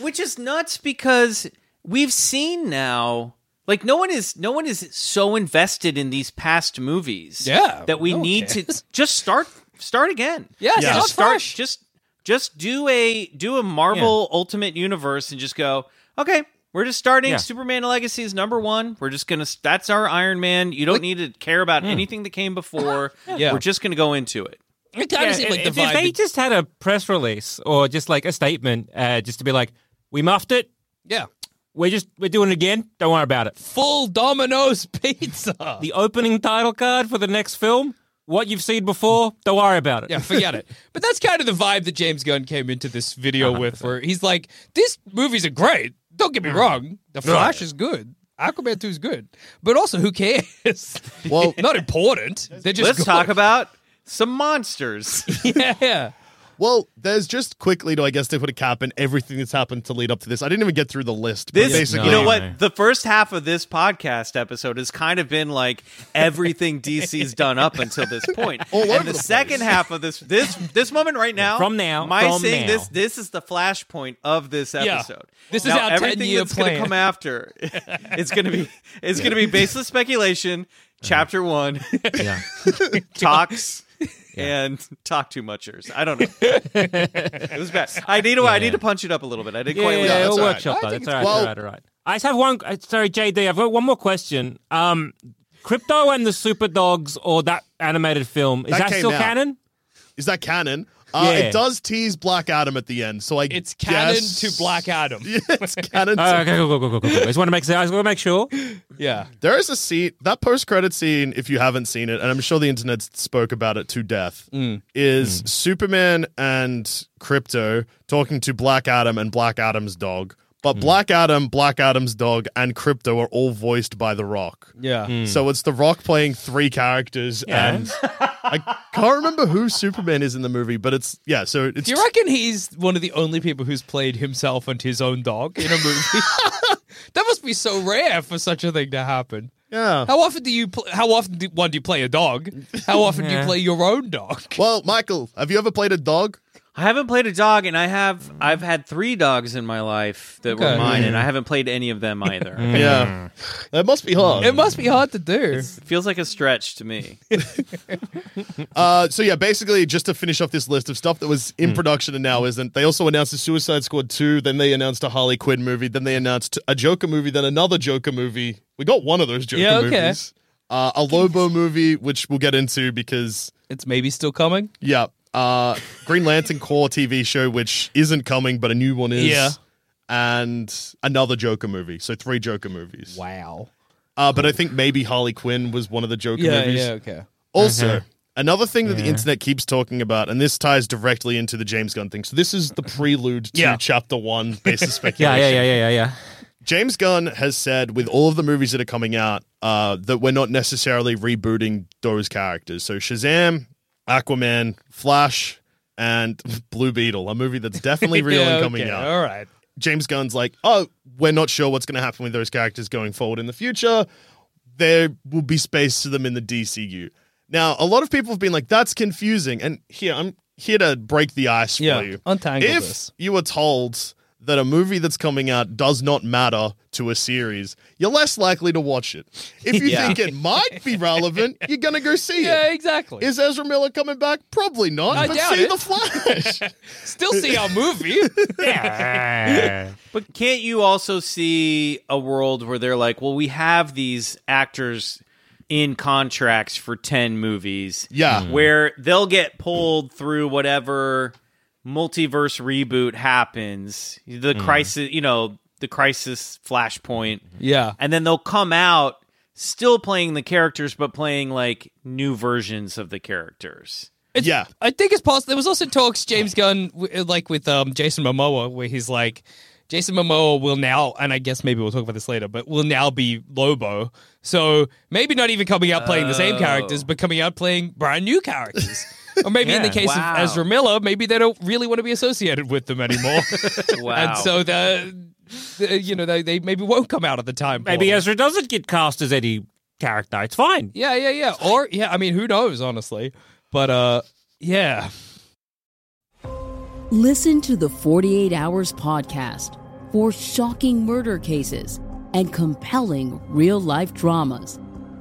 which is nuts because we've seen now. Like no one is no one is so invested in these past movies.
Yeah,
that we
no one
need
cares.
to just start start again.
Yeah, Yeah.
just
start
start
fresh.
just just do a do a Marvel Ultimate Universe and just go. Okay, we're just starting.
Yeah.
Superman Legacy is number one. We're just gonna. That's our Iron Man. You don't need to care about anything that came before.
Hmm. Yeah.
we're just gonna go into it.
it kind of
Yeah,
seems like the
if, if they
vibe.
just had a press release or just like a statement, uh, just to be like, "We muffed it.
yeah.
We're just we're doing it again. Don't worry about it."
Full Domino's pizza.
The opening title card for the next film, what you've seen before, don't worry about it.
Yeah, forget it. But that's kind of the vibe that James Gunn came into this video with, where he's like, "These movies are great. Don't get me wrong. The Flash is good. Aquaman Two is good. But also, who cares?
Well-
not important. They're just
Let's
good.
talk about some monsters.
yeah,
well, there's just quickly to I guess they put a cap in everything that's happened to lead up to this. I didn't even get through the list. but
This,
basically
you know
No.
what?
No.
The first half of this podcast episode has kind of been like everything DC's done up until this point,
All over
and the,
the place.
second half of this this this moment right now,
From now,
my
from
saying
now.
this this is the flashpoint of this
Yeah.
episode.
This is
now,
our 10
everything
year
that's going to
plan.
come after. It's going to be it's going to be baseless speculation. Chapter one
Yeah.
talks. And talk too muchers. I don't know. it was bad. I need to. I need to punch it up a little bit. I didn't
Yeah,
quite.
yeah,
leave
yeah,
it.
we'll
all right.
workshop
I
that.
think
It's all right,
it's-
all right, all right. I just have one. uh, Sorry, JD, I've got one more question. Um, Crypto and the Super Dogs, or that animated film, is
That
that,
came
still
out.
canon?
is that canon? Uh,
Yeah.
It does tease Black Adam at the end, so I
It's canon
guess-
to Black Adam.
Yeah, it's canon.
Oh,
to-
okay, go, go, go, go, go. I just want to make, I just want to make sure.
Yeah.
There is a scene that post-credit scene, if you haven't seen it, and I'm sure the internet spoke about it to death,
Mm.
is Superman and Crypto talking to Black Adam and Black Adam's dog.
Mm.
But Black Adam, Black Adam's dog, and Crypto are all voiced by The Rock.
Yeah. Mm.
So it's The Rock playing three characters,
Yeah.
and I can't remember who Superman is in the movie, but it's yeah. So it's
Do you reckon he's one of the only people who's played himself and his own dog in a movie? that must be so rare for such a thing to happen.
yeah.
How often do you pl- how often do, one do you play a dog? How often do you play your own dog?
Well, Michael, have you ever played a dog?
I haven't played a dog, and I have I've had three dogs in my life that
Okay. Mm.
were mine, and I haven't played any of them either.
Yeah, it must be hard.
It must be hard to do.
It feels like a stretch to me.
Uh, so yeah, basically, just to finish off this list of stuff that was
Hmm.
in production and now isn't, they also announced a Suicide Squad two. Then they announced a Harley Quinn movie. Then they announced a Joker movie. Then another Joker movie. We got one of those Joker
Yeah, okay.
movies. Uh, a Lobo movie, which we'll get into because
It's maybe still coming.
yeah, uh, Green Lantern core TV show, which isn't coming, but a new one is.
Yeah.
And another Joker movie. So three Joker movies.
Wow.
Uh, but I think maybe Harley Quinn was one of the Joker
Yeah,
movies.
yeah, okay.
Also, another thing that the internet keeps talking about, and this ties directly into the James Gunn thing. So this is the prelude to
Yeah.
chapter one, basis
Yeah,
speculation.
yeah, yeah, yeah, yeah, yeah.
James Gunn has said with all of the movies that are coming out uh, that we're not necessarily rebooting those characters. So Shazam, Aquaman, Flash, and Blue Beetle, a movie that's definitely real
Yeah,
and coming
okay,
out.
All right.
James Gunn's like, oh, we're not sure what's going to happen with those characters going forward in the future. There will be space to them in the DCU. Now, a lot of people have been like, that's confusing. And here, I'm here to break the ice
Yeah,
for you.
untangle
If
this.
you were told that a movie that's coming out does not matter to a series, you're less likely to watch it. If you
Yeah.
think it might be relevant, you're going to go see
Yeah,
it.
exactly.
Is Ezra Miller coming back? Probably not.
I
but
doubt
see
it.
the Flash.
still see our movie.
But can't you also see a world where they're like, well, we have these actors in contracts for 10 movies.
Yeah.
Where they'll get pulled through whatever multiverse reboot happens,
Mm.
the crisis, you know, the crisis flashpoint,
yeah.
and then they'll come out still playing the characters, but playing like new versions of the characters.
It's-
Yeah.
I think it's possible. There was also talks James Gunn w- like with um, Jason Momoa where he's like Jason Momoa will now, and I guess maybe we'll talk about this later, but will now be Lobo. So maybe not even coming out playing the
Oh.
same characters, but coming out playing brand new characters. Or maybe in the
Yeah.
case
Wow.
of Ezra Miller, maybe they don't really want to be associated with them anymore.
Wow.
And so the, the you know they, they maybe won't come out at the time.
Maybe
portal.
Ezra doesn't get cast as any character. It's fine.
Yeah, yeah, yeah. Or yeah, I mean, who knows, honestly. But uh, yeah.
Listen to the 48 Hours podcast for shocking murder cases and compelling real life dramas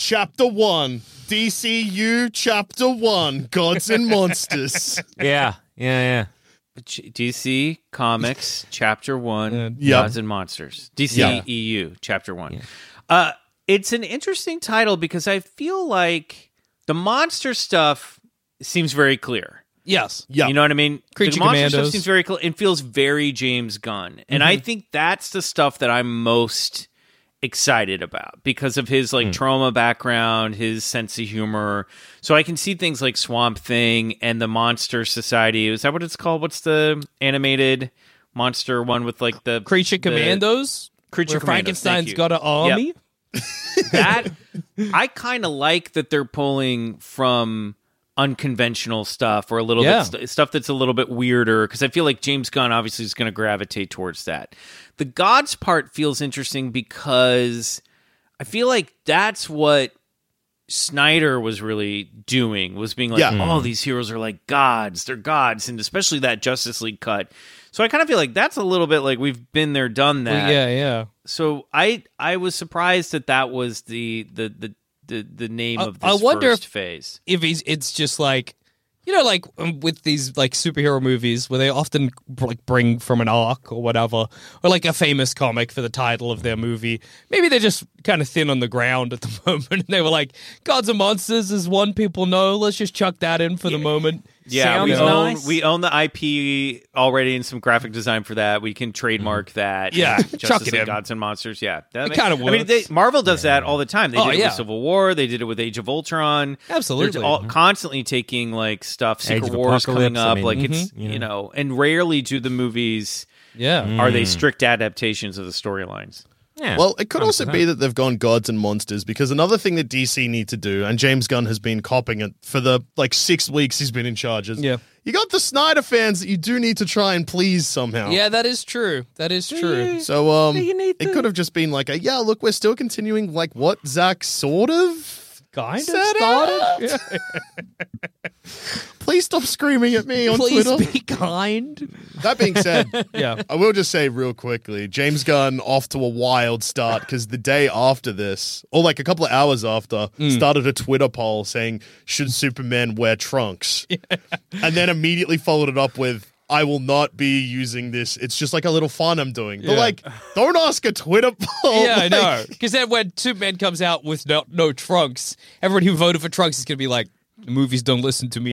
Chapter one, DCU. Chapter one, Gods and Monsters.
Yeah, yeah, yeah.
Ch- DC Comics Chapter One,
Yeah.
Gods and Monsters. DC
Yeah.
EU Chapter One. Uh, it's an interesting title because I feel like the monster stuff seems very clear.
Yes.
Yeah,
You know what I mean?
Creature
the monster
Commandos. Mm-hmm.
stuff seems very clear. It feels very James Gunn, and I think that's the stuff that I'm most excited about because of his
Mm.
like trauma background, his sense of humor. So I can see things like Swamp Thing and the Monster Society. Is that what it's called? What's the animated monster one with like the
Creature
the-
Commandos.
Creature
where
Commandos, thank
Frankenstein's
you.
got an army.
Yep. that I kind of like that they're pulling from unconventional stuff or a little
Yeah.
bit st- stuff that's a little bit weirder because I feel like James Gunn obviously is going to gravitate towards that. The gods part feels interesting because I feel like that's what Snyder was really doing was being like,
Yeah.
oh, these heroes are like gods, they're gods, and especially that Justice League cut. So I kind of feel like that's a little bit like we've been there, done that
yeah, yeah.
so I I was surprised that that was the the the the, the name
I-
of this
I wonder
first
if-
phase.
if he's it's just like you know like um, with these like superhero movies where they often br- like bring from an arc or whatever or like a famous comic for the title of their movie maybe they're just kind of thin on the ground at the moment and they were like gods and monsters is one people know let's just chuck that in for the moment
Yeah, we
Sounds
own
nice.
we own the IP already and some graphic design for that. We can trademark that.
Mm-hmm. Yeah, chuck
Justice
it
League
in.
Gods and Monsters. Yeah, that
It
ma-
kinda
I mean, they,
works.
Marvel does that all the time. They
Oh,
did it
yeah.
with Civil War. They did it with Age of Ultron.
Absolutely. Mm-hmm.
They're all, constantly taking like stuff.
Age
Secret
of
Wars coming
Apocalypse, I
up.
mean,
like it's
mm-hmm,
you know, and rarely do the movies
yeah
are they strict adaptations of the storylines.
Yeah.
Well, it could also be that they've gone gods and monsters because another thing that DC need to do, and James Gunn has been copying it for the like six weeks he's been in charge. Is
Yeah.
you got the Snyder fans that you do need to try and please somehow.
yeah that is true that is true
So um,
need
it could have just been like a yeah. Look, we're still continuing like what Zach sort of
kind of
Set
started
it Please stop screaming at me on
please
Twitter.
be kind
That being said,
yeah
I will just say real quickly, James Gunn off to a wild start because the day after this, or like a couple of hours after,
Mm.
started a Twitter poll saying, "Should Superman wear trunks?" and then immediately followed it up with. I will not be using this. It's just like a little fun I'm doing. But
Yeah.
like, don't ask a Twitter poll.
yeah, I
Like,
know. Because then when Superman comes out with no, no trunks, everyone who voted for trunks is going to be like, the movies don't listen to me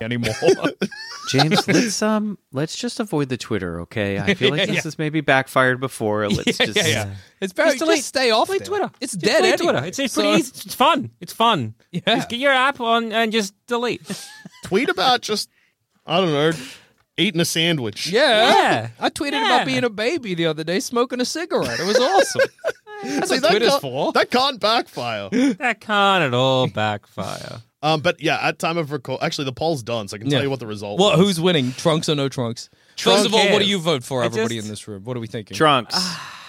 anymore.
James, let's um, let's just avoid the Twitter, okay? I feel like
Yeah,
this
yeah.
has maybe backfired before. Let's
yeah,
just
yeah, yeah. It's better. Just,
delete-
stay off
delete
there.
Twitter.
It's
Just
dead
delete
anyway.
Twitter. It's, it's
So-
pretty easy. It's fun. It's fun.
Yeah.
Just get your app on and just delete.
Tweet about just, I don't know, eating a sandwich.
Yeah.
Yeah.
I tweeted
Yeah.
about being a baby the other day, smoking a cigarette. It was awesome. That's
See,
what
that
Twitter's
can't-
for.
That can't backfire.
that can't at all backfire.
Um, but yeah, at time of record, actually the poll's done, so I can
Yeah.
tell you what the result.
What?
was.
Who's winning? Trunks or no trunks?
Trunk
First of all, what do
is.
you vote for,
It
everybody
just-
in this room? What are we thinking?
Trunks,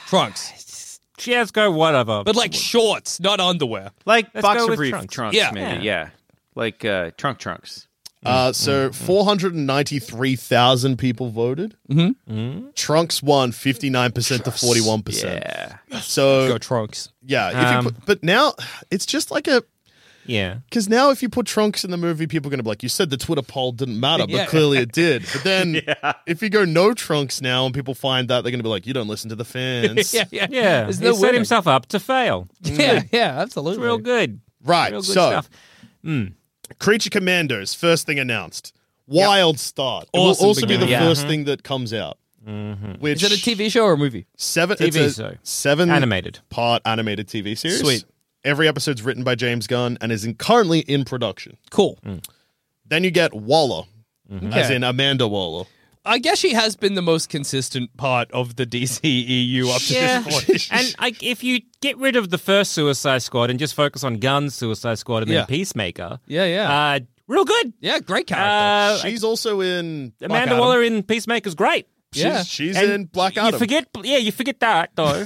trunks.
Just go whatever.
But like shorts, not underwear.
like
Let's go
boxer
with
brief
trunks.
trunks,
Yeah.
maybe, yeah. like uh, trunk trunks.
Uh, so 493,000 people voted. Mm-hmm. Trunks won 59% to 41%.
Yeah,
Go
So,
trunks.
yeah. If
Um,
you put, but now it's just like a.
yeah.
Because now if you put Trunks in the movie, people are going to be like, you said the Twitter poll didn't matter, but
Yeah.
clearly it did. But then if you go no Trunks now and people find that, they're going to be like, you don't listen to the fans.
yeah.
Yeah.
There's
he
no
set
winning.
himself up to fail.
Yeah, yeah, absolutely.
It's real good.
Right.
Real good
so,
stuff.
Creature Commandos, first thing announced. Wild start. It
Awesome
will also be
beginning.
the
Yeah.
first thing that comes out. Which
Is it a TV show or a movie?
Seven
TV
it's a
show.
seven
Animated.
part animated TV series.
Sweet.
Every episode's written by James Gunn and is in, currently in production.
Cool.
Mm.
Then you get Waller, as
Okay.
in Amanda Waller.
I guess she has been the most consistent part of the DCEU up to
Yeah.
this point.
and like, if you get rid of the first Suicide Squad and just focus on Guns Suicide Squad and
Yeah.
then Peacemaker,
Yeah, yeah.
uh, real good.
yeah, great
Uh,
character.
She's also in
Amanda
Adam.
Waller in Peacemaker's great.
She's,
Yeah.
she's
And
in Black
You
Adam.
forget, yeah, you forget that though.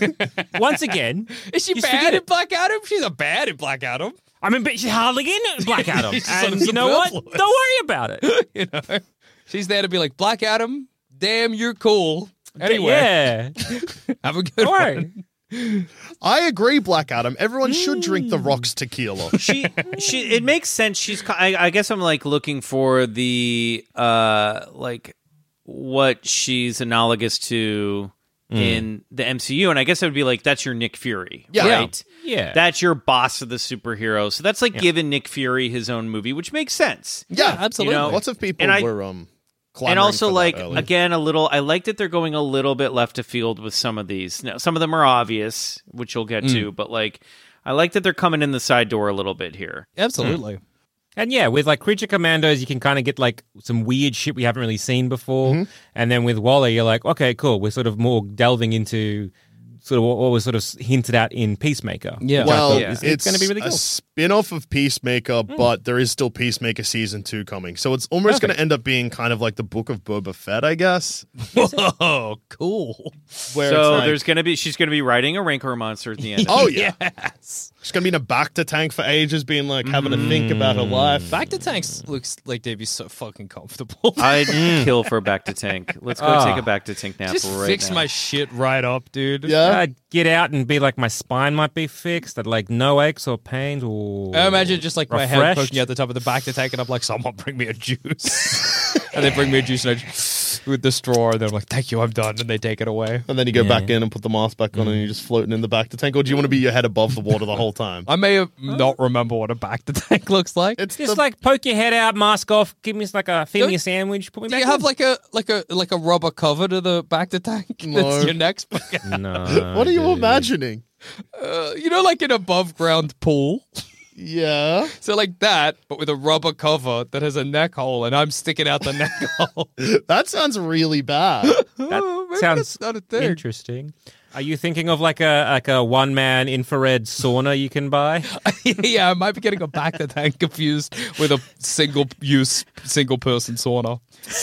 Once again,
Is she
You forget
bad in
it.
Black Adam? She's a bad in Black Adam.
I mean, but she's hardly in Black Adam,
She's sort
and
of
you know what? Don't
superfluous.
worry about it.
You know, she's there to be like Black Adam. Damn, you're cool. Anyway,
yeah,
have a good
don't
one.
worry.
I agree, Black Adam. Everyone should drink
Mm.
the Rock's tequila.
she she it makes sense she's co- I, I guess i'm like looking for the uh like what she's analogous to in the mcu and i guess it would be like that's your nick fury
Yeah.
right
Yeah.
that's your boss of the superhero so that's like giving nick fury his own movie which makes sense
Yeah,
absolutely.
know,
Lots of people
And I-
were um,
and
clamoring
also
for that
like
earlier.
again a little i like that they're going a little bit left of field with some of these now some of them are obvious which you'll get to but like i like that they're coming in the side door a little bit here
Absolutely.
And yeah, with like creature commandos, you can kind of get like some weird shit we haven't really seen before.
Mm-hmm.
And then with Wally, you're like, okay, cool. We're sort of more delving into sort of what what was sort of hinted at in Peacemaker.
Yeah.
which I
well,
thought
Yeah.
is-
it's,
it's going to be really
a
cool.
spin-off of Peacemaker, but there is still Peacemaker season two coming, so it's almost going to end up being kind of like the Book of Boba Fett, I guess.
Whoa, cool.
Where
so
it's like,
there's gonna be she's gonna be riding a rancor monster at the end.
oh yeah,
Yes.
she's going to be in a back to tank for ages, being like having to think about her life.
Back to tanks looks like they'd be so fucking comfortable.
I'd kill for a back to tank. Let's go take a back to tank nap
Just
right
fix
now.
my shit right up, dude.
yeah,
I'd get out and be like, my spine might be fixed. I'd like no aches or pains. Or
I imagine just like my head
refreshed.
poking out the top of the back to tank, and I'm like, someone bring me a juice. and they bring me a juice and I just, with the straw, and then I'm like, thank you, I'm done. And they take it away.
and then you go back in and put the mask back on, and you're just floating in the back to tank. Or do you want to be your head above the water the whole time?
I may have not remember what a back to tank looks like.
It's
Just
the-
like poke your head out, mask off, give me like a feed
Don't-
me a sandwich, put me
Do
back.
you have
in.
like a like a like a rubber cover to the back to tank?
No.
That's your next. bucket.
no?
what are you
dude.
imagining?
Uh, you know, like an above ground pool.
Yeah,
So like that, but with a rubber cover that has a neck hole, and I'm sticking out the neck hole.
that sounds really bad.
Oh, maybe
Sounds
that's not a thing.
interesting. Are you thinking of like a like a one man infrared sauna you can buy?
yeah, I might be getting a back to tank confused with a single use single person sauna.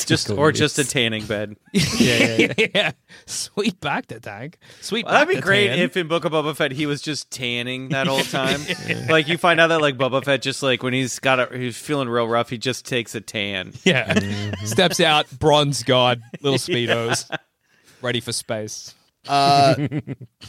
just or just a tanning bed.
Yeah, yeah, Sweet back to tank. Sweet.
Well, that'd
back
be
to
great
tan.
if in Book of Boba Fett he was just tanning that whole time. Like you find out that like Boba Fett just like when he's got a, he's feeling real rough, he just takes a tan.
Yeah. Steps out, bronze guard, little speedos, ready for space.
Uh,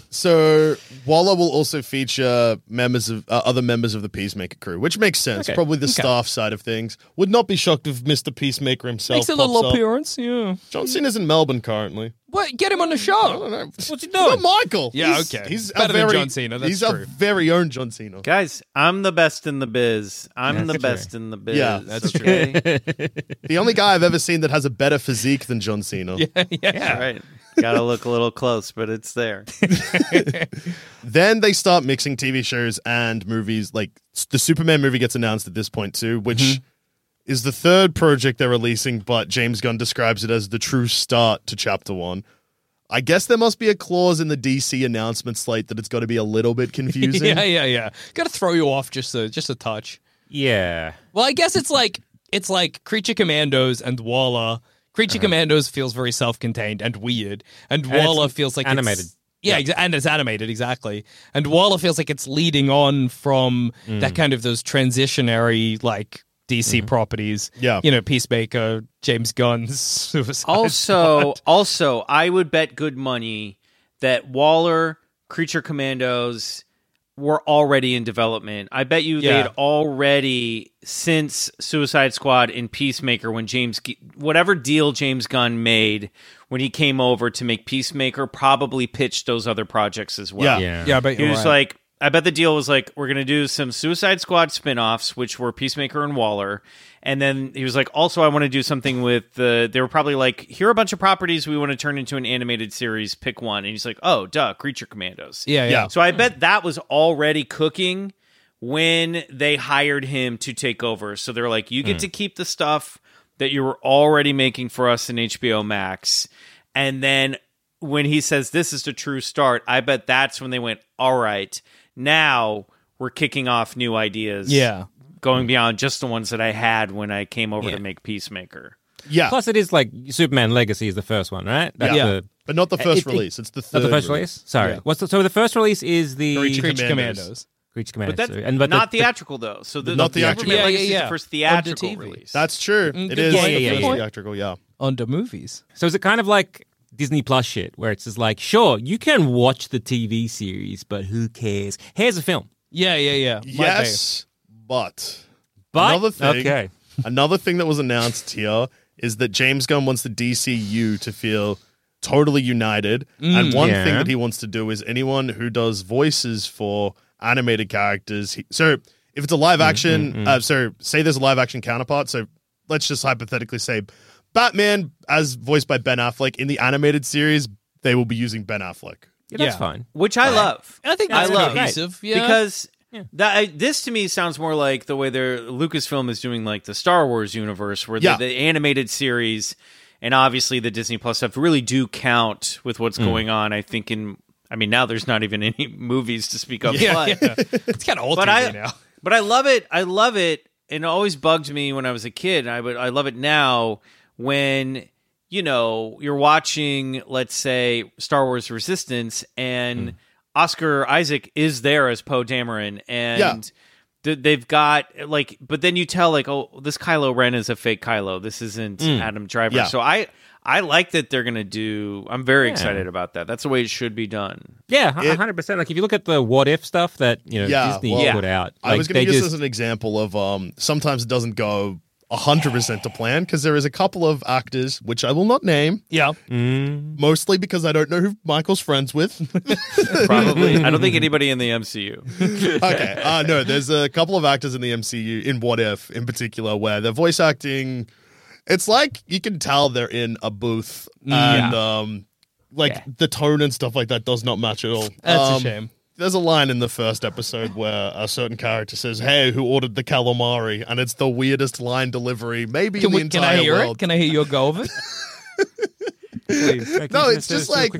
So Walla will also feature members of uh, other members of the Peacemaker crew, which makes sense. Probably the staff side of things. Would not be shocked if Mr. Peacemaker himself
Makes a little
pops up.
appearance. Yeah.
John Cena's in Melbourne currently.
What? Get him on the
I
show.
don't know.
What's he
Not
doing?
Michael.
Yeah,
He's-
okay.
He's
Better
our
than
very,
John Cena, that's
he's our
true.
very own John Cena.
Guys, I'm the best in the biz. I'm the best in the biz.
Yeah, that's
okay?
The only guy I've ever seen that has a better physique than John Cena.
All right. Gotta look a little close, but it's there.
Then they start mixing TV shows and movies. Like s- the Superman movie gets announced at this point too, which
Mm-hmm.
is the third project they're releasing, but James Gunn describes it as the true start to chapter one. I guess there must be a clause in the DC announcement slate that it's got to be a little bit confusing.
Yeah, yeah, yeah. Got to throw you off just a just a touch.
Yeah.
Well, I guess it's like it's like Creature Commandos and Walla. Creature Commandos feels very self-contained and weird, and
it's
Walla feels like
animated.
It's, yeah, exa- and it's animated exactly. And Walla feels like it's leading on from that kind of those transitionary like DC properties.
Yeah.
you know, Peacemaker, James Gunn's Suicide.
Oh, Also, also, I would bet good money that Waller, Creature Commandos were already in development. I bet you
Yeah.
they'd already since Suicide Squad and Peacemaker when James G- whatever deal James Gunn made when he came over to make Peacemaker probably pitched those other projects as well.
Yeah.
Yeah.
yeah, but
He
you're
was
right.
like, I bet the deal was like, we're going to do some Suicide Squad spin offs, which were Peacemaker and Waller. And then he was like, also, I want to do something with the. They were probably like, here are a bunch of properties we want to turn into an animated series, pick one. And he's like, oh, duh, Creature Commandos.
yeah,
Oh.
yeah.
So I bet that was already cooking when they hired him to take over. So they're like, you get to keep the stuff that you were already making for us in HBO Max. And then when he says this is the true start, I bet that's when they went, all right, now we're kicking off new ideas.
Yeah.
Going beyond just the ones that I had when I came over to make Peacemaker.
Yeah.
Plus, it is like Superman Legacy is the first one, right? That's
Yeah.
the-
But not the first
Uh, It- it-
release. It's the
not
third.
the first release. Sorry.
Yeah.
What's the, so the first release is the
Creature
Creature
Commandos.
Commandos.
Creature
But
Commandos.
that's
sorry. and but the-
not
the-
theatrical though. So the,
Not
the
theatrical.
Superman
Yeah,
Legacy
yeah,
is
yeah.
the first
On the
theatrical
TV.
release.
That's true.
Mm,
It
good
is
point,
the
yeah,
first
yeah.
theatrical, yeah.
Under movies.
so is it kind of like Disney Plus shit, where it's just like, sure, you can watch the TV series, but who cares? Here's a film.
Yeah, yeah, yeah. My
Yes, but
But
another thing,
okay,
another thing that was announced here is that James Gunn wants the DCU to feel totally united, and one
yeah.
thing that he wants to do is anyone who does voices for animated characters. He, so if it's a live action, uh, so say there's a live action counterpart. So let's just hypothetically say Batman, as voiced by Ben Affleck in the animated series, they will be using Ben Affleck.
yeah, that's
Yeah.
fine.
which I love.
I think
I
that's
love
cohesive,
Right.
yeah.
because that I, this to me sounds more like the way their Lucasfilm is doing like the Star Wars universe, where
Yeah.
the, the animated series and obviously the Disney Plus stuff really do count with what's
Mm.
going on. I think in I mean now there's not even any movies to speak of,
Yeah,
but
yeah. it's kind of old
but
TV
I
now.
but I love it. I love it, and it always bugged me when I was a kid. And I would I love it now when you know you're watching, let's say Star Wars Resistance, and
Hmm.
Oscar Isaac is there as Poe Dameron, and.
Yeah.
th- They've got like, but then you tell like, oh, this Kylo Ren is a fake Kylo. This isn't Adam Driver.
Hmm. Yeah.
So I, I like that they're gonna do. I'm very excited about that. That's the way it should be done.
Yeah, hu-
It-
100%. Like if you look at the what if stuff that, you know,
Yeah,
Disney
well,
put out,
I
like,
was going
they
to use this as an example of um, sometimes it doesn't go 100% to plan because there is a couple of actors, which I will not name,
Yeah.
mostly because I don't know who Michael's friends with.
Probably. I don't think anybody in the MCU.
okay. Uh, no, there's a couple of actors in the MCU, in What If in particular, where their voice acting, it's like you can tell they're in a booth
Mm,
and um, like the tone and stuff like that does not match at all.
That's a
Um,
shame.
There's a line in the first episode where a certain character says, "Hey, who ordered the calamari?" and it's the weirdest line delivery maybe
Can,
in the
we,
entire
can I hear
world.
it? Can I hear your go of it?
just,
no, it's just like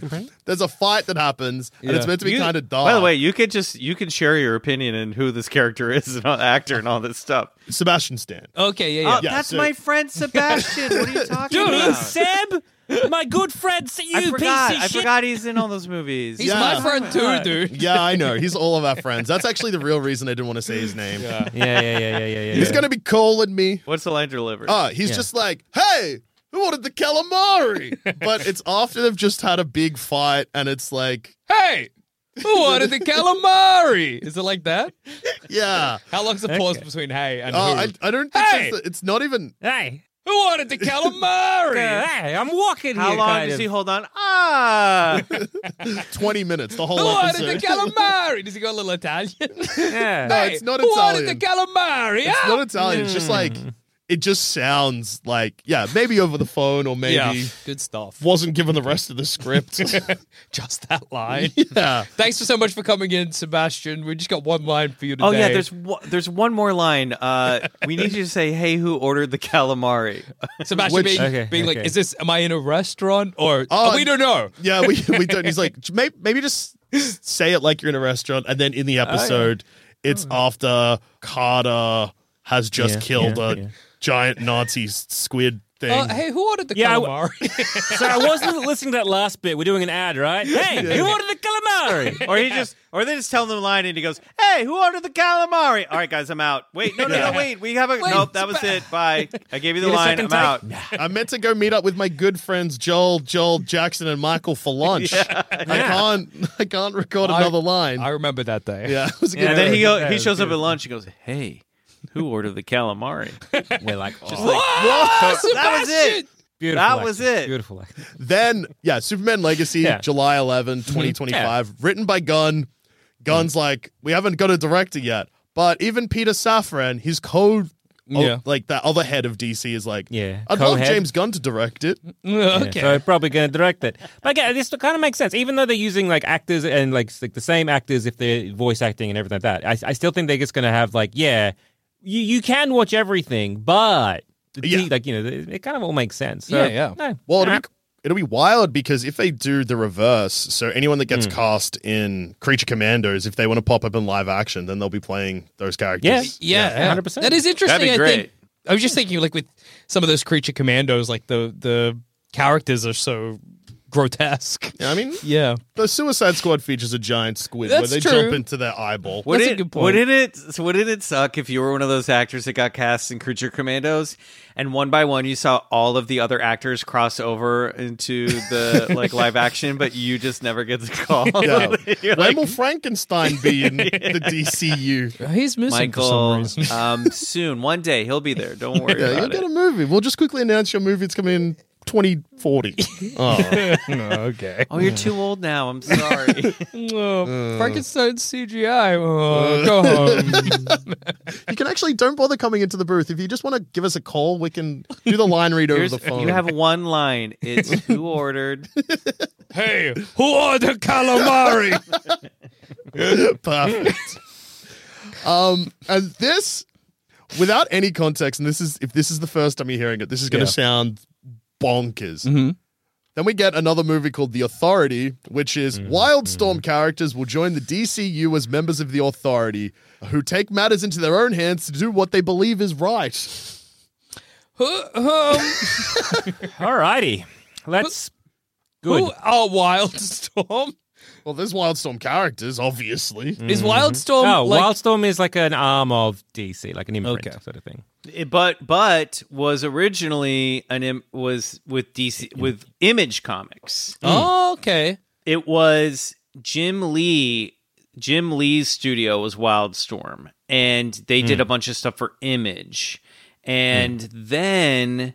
there's a fight that happens and it's meant to be
You-
kind of dark.
By the way, you could just you can share your opinion and who this character is, and all- actor, and all this stuff.
Sebastian Stan.
Okay, yeah, yeah.
Yeah, that's so- my
Uh, my friend Sebastian. what are you talking
Dude,
about?
Seb, my good friend, you
I forgot.
piece of
I
shit.
forgot he's in all those movies.
He's
Yeah.
my friend too, dude.
Yeah, I know. He's all of our friends. That's actually the real reason I didn't want to say his name.
Yeah, yeah, yeah, yeah, yeah. yeah.
He's gonna be calling me.
What's the line delivered?
Uh, he's just like, hey, who ordered the calamari? but it's after they've just had a big fight and it's like,
Hey, who ordered the calamari? Is it like that?
yeah.
How long's the pause between hey and
Oh,
who?
I, I don't think
Hey!
that's the- it's not even.
hey,
who ordered the
uh,
calamari?
hey, I'm walking
How
here.
long
kind
does
of.
he hold on? Ah,
20 minutes, the whole
Who ordered
episode.
the calamari? Does he go a little Italian?
Yeah.
No, it's not
who
Italian.
ordered the calamari?
it's
Ah!
not Italian. It's just like, it just sounds like, yeah, maybe over the phone or maybe
yeah, good stuff.
wasn't given the rest of the script.
Just that line.
yeah.
Thanks for so much for coming in, Sebastian. We just got one line for you today.
oh yeah. There's one- there's one more line. Uh, we need you to say, "Hey, who ordered the calamari?"
Sebastian
Which-
being,
Okay,
being like,
okay.
"Is this? Am I in a restaurant or?
Oh,
we don't know."
Yeah, we, we don't. He's like, maybe, maybe just say it like you're in a restaurant, and then in the episode, it's after Carter has just
Yeah,
killed
yeah,
a
yeah.
giant Nazi s- squid thing.
Uh, hey, who ordered the
Yeah, I w-
calamari?
so I wasn't listening to that last bit. We're doing an ad, right? Hey, you ordered the calamari.
Or he just, or they just tell him the line, and he goes, "Hey, who ordered the calamari?" All right, guys, I'm out. Wait, no, no, no, wait. We have a
Wait,
nope. That was
Seb-
it. Bye. I gave you the
Need a
line.
second
I'm
take?
out.
I meant to go meet up with my good friends Joel, Joel Jackson, and Michael for lunch. I can't, I can't record another line.
I remember that day.
yeah, it was a good
And then he
Yeah,
go,
it
he
was
shows up at lunch. He goes, "Hey, who ordered the calamari?"
We're like, oh,
Like, that was it.
beautiful
that was
acting,
it.
Beautiful. acting.
Then, yeah, Superman Legacy,
Yeah.
July 11, 2025, written by Gunn. Gunn's like, we haven't got a director yet. But even Peter Safran, his co,
Yeah.
oh, like that other head of DC, is like,
Yeah,
I'd love
co-head.
James Gunn to direct it.
Yeah,
okay.
So I'm probably going to direct it. But again, this kind of makes sense. Even though they're using like actors and like, s- like the same actors if they're voice acting and everything like that, I, I still think they're just going to have like, yeah, you, you can watch everything, but the,
Yeah.
like, you know, it, it kind of all makes sense. So,
Yeah, yeah.
no.
Well, it'll be, it'll be wild because if they do the reverse, so anyone that gets cast in Creature Commandos, if they want to pop up in live action, then they'll be playing those characters.
Yeah.
Yeah, yeah.
100%.
That is interesting.
That'd be
I
great.
think I was just thinking, like with some of those creature commandos, like the the characters are so grotesque.
Yeah, I mean,
Yeah,
the Suicide Squad features a giant squid
That's
where they
true.
jump into their eyeball.
Would
That's a
it,
good point.
Wouldn't it? so Wouldn't it suck if you were one of those actors that got cast in Creature Commandos, and one by one you saw all of the other actors cross over into the like live action, but you just never get the call.
Yeah.
You're
Um, When will Frankenstein be in the DCU?
he's missing
Michael, um, soon, one day he'll be there. Don't worry
Yeah, you'll
about
get
it.
a movie. We'll just quickly announce your movie. It's coming in Oh. 2040.
okay. Mm.
Oh, you're too old now. I'm sorry.
Oh, Frankenstein CGI. Oh, go home.
you can actually, don't bother coming into the booth. If you just want to give us a call, we can do the line read over
Here's-
the phone.
you have one line. It's who ordered.
hey, who ordered calamari?
Perfect. um, and this, without any context, and this is if this is the first time you're hearing it, this is going to
Yeah.
sound bonkers. Then we get another movie called The Authority, which is Wildstorm characters will join the DCU as members of the Authority, who take matters into their own hands to do what they believe is right.
Who- um,
Alrighty. Let's. Good.
who are Wildstorm?
Well, there's Wildstorm characters, obviously.
Is Wildstorm
Oh,
like
Wildstorm is like an arm of DC, like an imprint
Okay.
sort of thing.
It- but but was originally an Im- was with DC with Image Comics.
Oh, okay.
It was Jim Lee. Jim Lee's studio was Wildstorm, and they did a bunch of stuff for Image. And then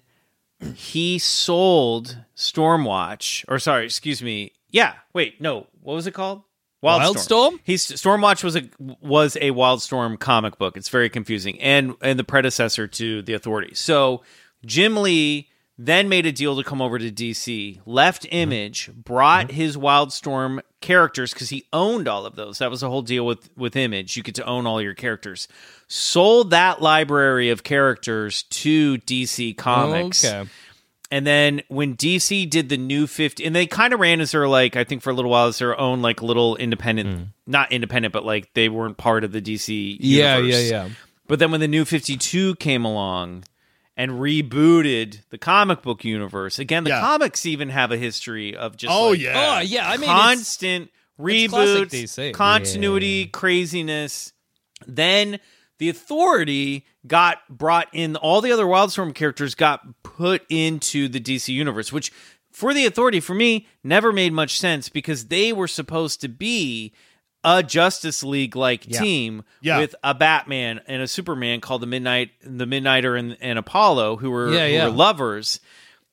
he sold Stormwatch, or sorry, excuse me. Yeah, wait, no. What was it called?
Wildstorm?
He's Stormwatch was a was a Wildstorm comic book. It's very confusing, and and the predecessor to the Authority. So Jim Lee then made a deal to come over to DC, left Image, brought his Wildstorm characters because he owned all of those. That was the whole deal with with Image. You get to own all your characters. Sold that library of characters to DC Comics.
Okay.
And then when DC did the new 50, and they kind of ran as their, like, I think for a little while, as their own, like, little independent,
Hmm.
not independent, but like they weren't part of the DC
Yeah,
universe.
yeah, yeah.
But then when the new 52 came along and rebooted the comic book universe, again, the
Yeah.
comics even have a history of just,
Oh,
like,
yeah.
Oh, yeah. I mean, it's-
constant
it's classic
reboots,
DC.
continuity, craziness. Then the authority got brought in. All the other Wildstorm characters got put into the DC universe, which for the authority, for me, never made much sense because they were supposed to be a Justice League like team
Yeah.
with a Batman and a Superman called the Midnight, the Midnighter, and, and Apollo, who were
Yeah,
who
yeah.
were lovers.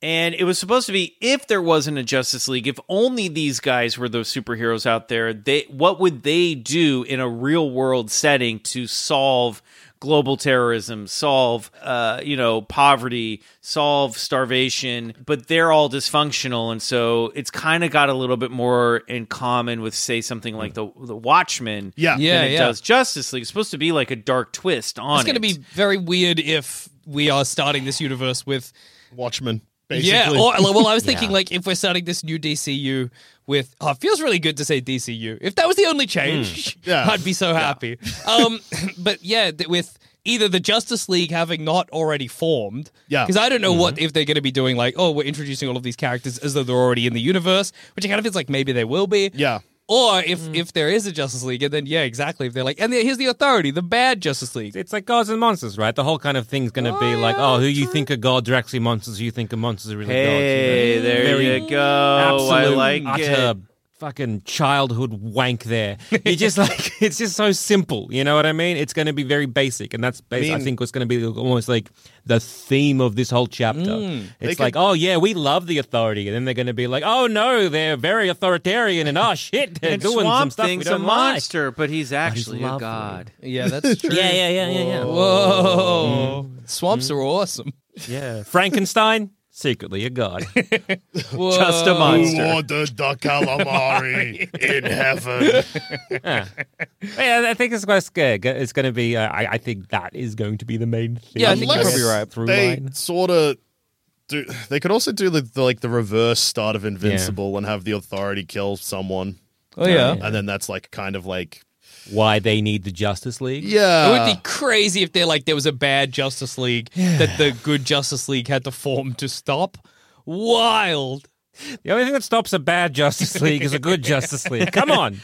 And it was supposed to be if there wasn't a Justice League, if only these guys were those superheroes out there, they what would they do in a real world setting to solve global terrorism, solve uh, you know poverty, solve starvation? But they're all dysfunctional, and so it's kind of got a little bit more in common with say something like the the Watchmen.
Yeah.
Mm. Yeah,
than it
yeah.
does Justice League. It's supposed to be like a dark twist on
It's going to
it.
be very weird if we are starting this universe with
Watchmen, basically.
yeah. Or, well, I was thinking like if we're starting this new DCU with oh, it feels really good to say DCU. If that was the only change,
Hmm. Yeah.
I'd be so happy. Um, but yeah, th- with either the Justice League having not already formed,
Yeah. Mm-hmm.
because I don't know what if they're going to be doing like oh, we're introducing all of these characters as though they're already in the universe, which I kind of feels like maybe they will be.
Yeah.
Or if, if there is a Justice League, and then yeah, exactly. If they're like, and there- here's the Authority, the bad Justice League.
It's like gods and monsters, right? The whole kind of thing's going to be like, oh, who you think are gods are actually monsters, who you think are monsters are really
Hey,
gods. you know?
there
Very
you go. I
absolute
like
utter
it.
Fucking childhood wank there. You just like it's just so simple. You know what I mean? It's going to be very basic, and that's basic, I,
mean-
think what's going to be almost like the theme of this whole chapter. it's
Hmm.
could-
like, oh yeah, we love the authority, and then they're going to be like, oh no, they're very authoritarian, and oh shit, they're
And
doing some
Swamp
stuff we
Thing's a
don't like.
monster, but he's actually a
lovely.
god.
Yeah, that's true.
Yeah, yeah, yeah, yeah, yeah.
Whoa. Mm. Swamps are awesome.
Yeah, Frankenstein secretly a god.
Whoa.
Just a
Who
monster.
ordered the calamari in heaven?
Yeah, I think it's going to it's going to be. Uh, I, I think that is going to be the main thing.
Yeah, I think you're
Unless
probably right.
Through
they
line.
sort of do. They could also do the, the like the reverse start of Invincible and have the Authority kill someone,
Oh yeah.
and then that's like kind of like
why they need the Justice League.
It
Yeah.
would be crazy if there like there was a bad Justice League that the good Justice League had to form to stop. Wild.
The only thing that stops a bad Justice League is a good Justice League. Come on.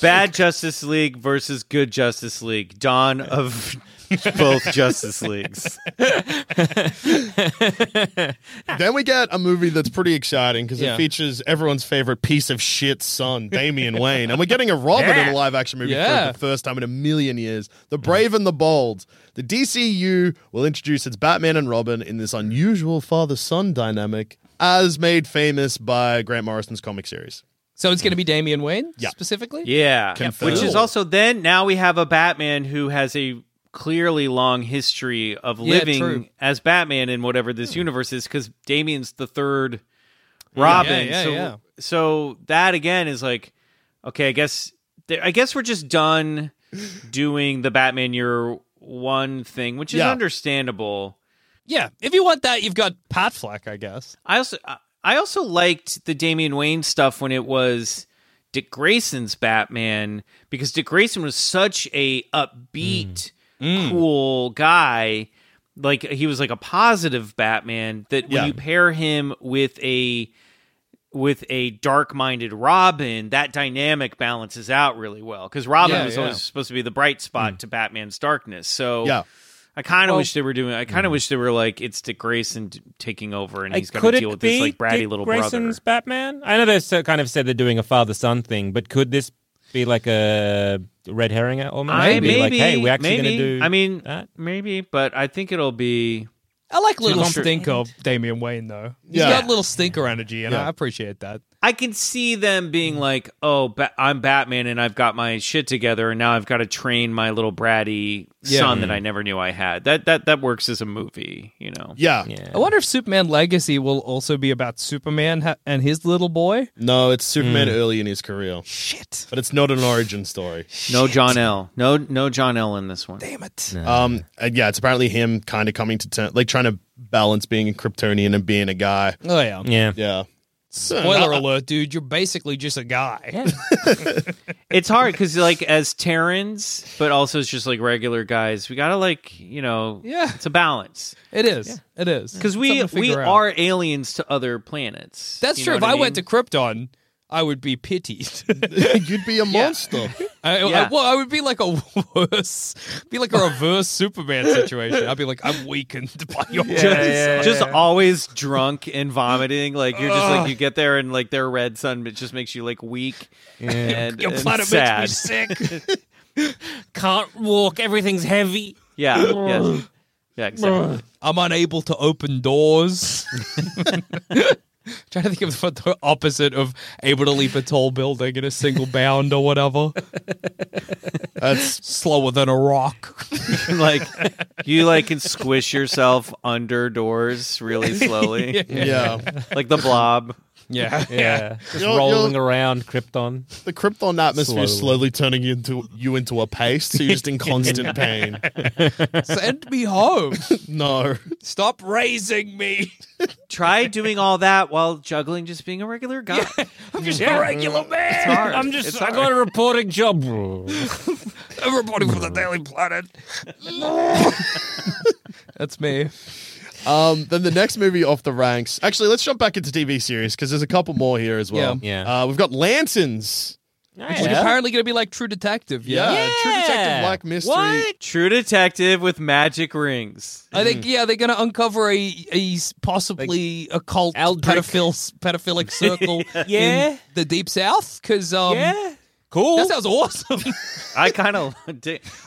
Bad Justice League versus Good Justice League. Dawn of both Justice Leagues.
Then we get a movie that's pretty exciting because
Yeah.
it features everyone's favorite piece of shit son, Damian Wayne. And we're getting a Robin in a live action movie
Yeah.
for the first time in a million years. The Brave and the Bold. The DCU will introduce its Batman and Robin in this unusual father son dynamic, as made famous by Grant Morrison's comic series.
So it's going to be Damian Wayne
Yeah.
specifically.
Yeah.
Confirmed.
Which is also then now we have a Batman who has a clearly long history of living
true.
as Batman in whatever this universe is because Damien's the third Robin.
Hmm. yeah,
so,
yeah.
so that again is like, okay, I guess I guess we're just done doing the Batman year one thing, which is
Yeah.
understandable.
Yeah. If you want that, you've got Pat Flack, I guess.
I also I- I also liked the Damian Wayne stuff when it was Dick Grayson's Batman because Dick Grayson was such a upbeat, cool guy. Like he was like a positive Batman that when
Yeah.
you pair him with a with a dark-minded Robin, that dynamic balances out really well because Robin
Yeah,
was
yeah.
always supposed to be the bright spot
Hmm.
to Batman's darkness. So
Yeah.
I kind of wish they were doing. I
Hmm.
kind of wish they were like it's Dick Grayson t- taking over, and he's
Like,
got
could
to
it
deal with
be
this like bratty
Dick
little
Grayson's
brother.
Batman? I know they so- kind of said they're doing a father son thing, but could this be like a red herring almost?
I-
Be like, hey, we're actually going
maybe.
to do.
I mean,
that?
maybe, but I think it'll be.
I like little
I'm sure-
stink of Damian Wayne though. He's
Yeah.
got little stinker energy, and
Yeah.
I appreciate that.
I can see them
Mm-hmm.
being like, "Oh, ba- I'm Batman, and I've got my shit together, and now I've got to train my little bratty
Yeah. Mm-hmm.
son that I never knew I had." That that that works as a movie, you know.
Yeah.
I wonder if Superman Legacy will also be about Superman ha- and his little boy.
No, it's Superman early in his career,
Shit.
but it's not an origin story.
No John L. No no John L. in this one.
Damn it.
Um, and yeah, it's apparently him kind of coming to terms, like trying to balance being a Kryptonian and being a guy.
Oh yeah.
Yeah.
Yeah.
Spoiler alert, dude. You're basically just a guy.
it's hard because like as Terrans, but also it's just like regular guys. We gotta like you know,
Yeah.
it's a balance
It is. It is.
because we
Something to
we
figure out.
are aliens to other planets.
That's
You
true.
know
If
what
I, went to
mean?
Krypton, I would be pitied.
You'd be a monster.
I, I-
Yeah.
well, I would be like a worse, be like a reverse Superman situation. I'd be like, I'm weakened by your
just,
presence.
just always drunk and vomiting. Like you're just like you get there and like their red sun, it just makes you like weak and,
Your
and
planet
sad.
makes me sick.
Can't walk. Everything.
Heavy.
Yeah, yes. yeah, exactly.
I'm unable to open doors. Trying to think of what the opposite of able to leap a tall building in a single bound or whatever.
That's
Slower than a rock.
like you like can squish yourself under doors really slowly,
yeah.
like the blob.
Yeah.
Yeah. Just
You'll-
rolling
you'll-
around Krypton.
The Krypton atmosphere is
Slowly.
slowly turning you into you into a paste, so you're just in constant pain.
Send me home.
No.
Stop raising me.
Try doing all that while juggling just being a regular guy.
I'm just a regular man.
hard.
I'm just.
It's
I got a reporting job.
Everybody from the Daily Planet. That's me.
Um, then the next movie off the ranks. Actually, let's jump back into TV series because there's a couple more here as well.
Yeah. Yeah.
Uh, we've got Lanterns.
Which is apparently going to be like True Detective. Yeah.
True Detective Black Mystery.
What? True detective with magic rings.
I think yeah they're going to uncover a, a s- possibly occult pedophil, pedophilic circle
Yeah.
in the deep south because um
Yeah. Cool.
that sounds awesome
I kind of.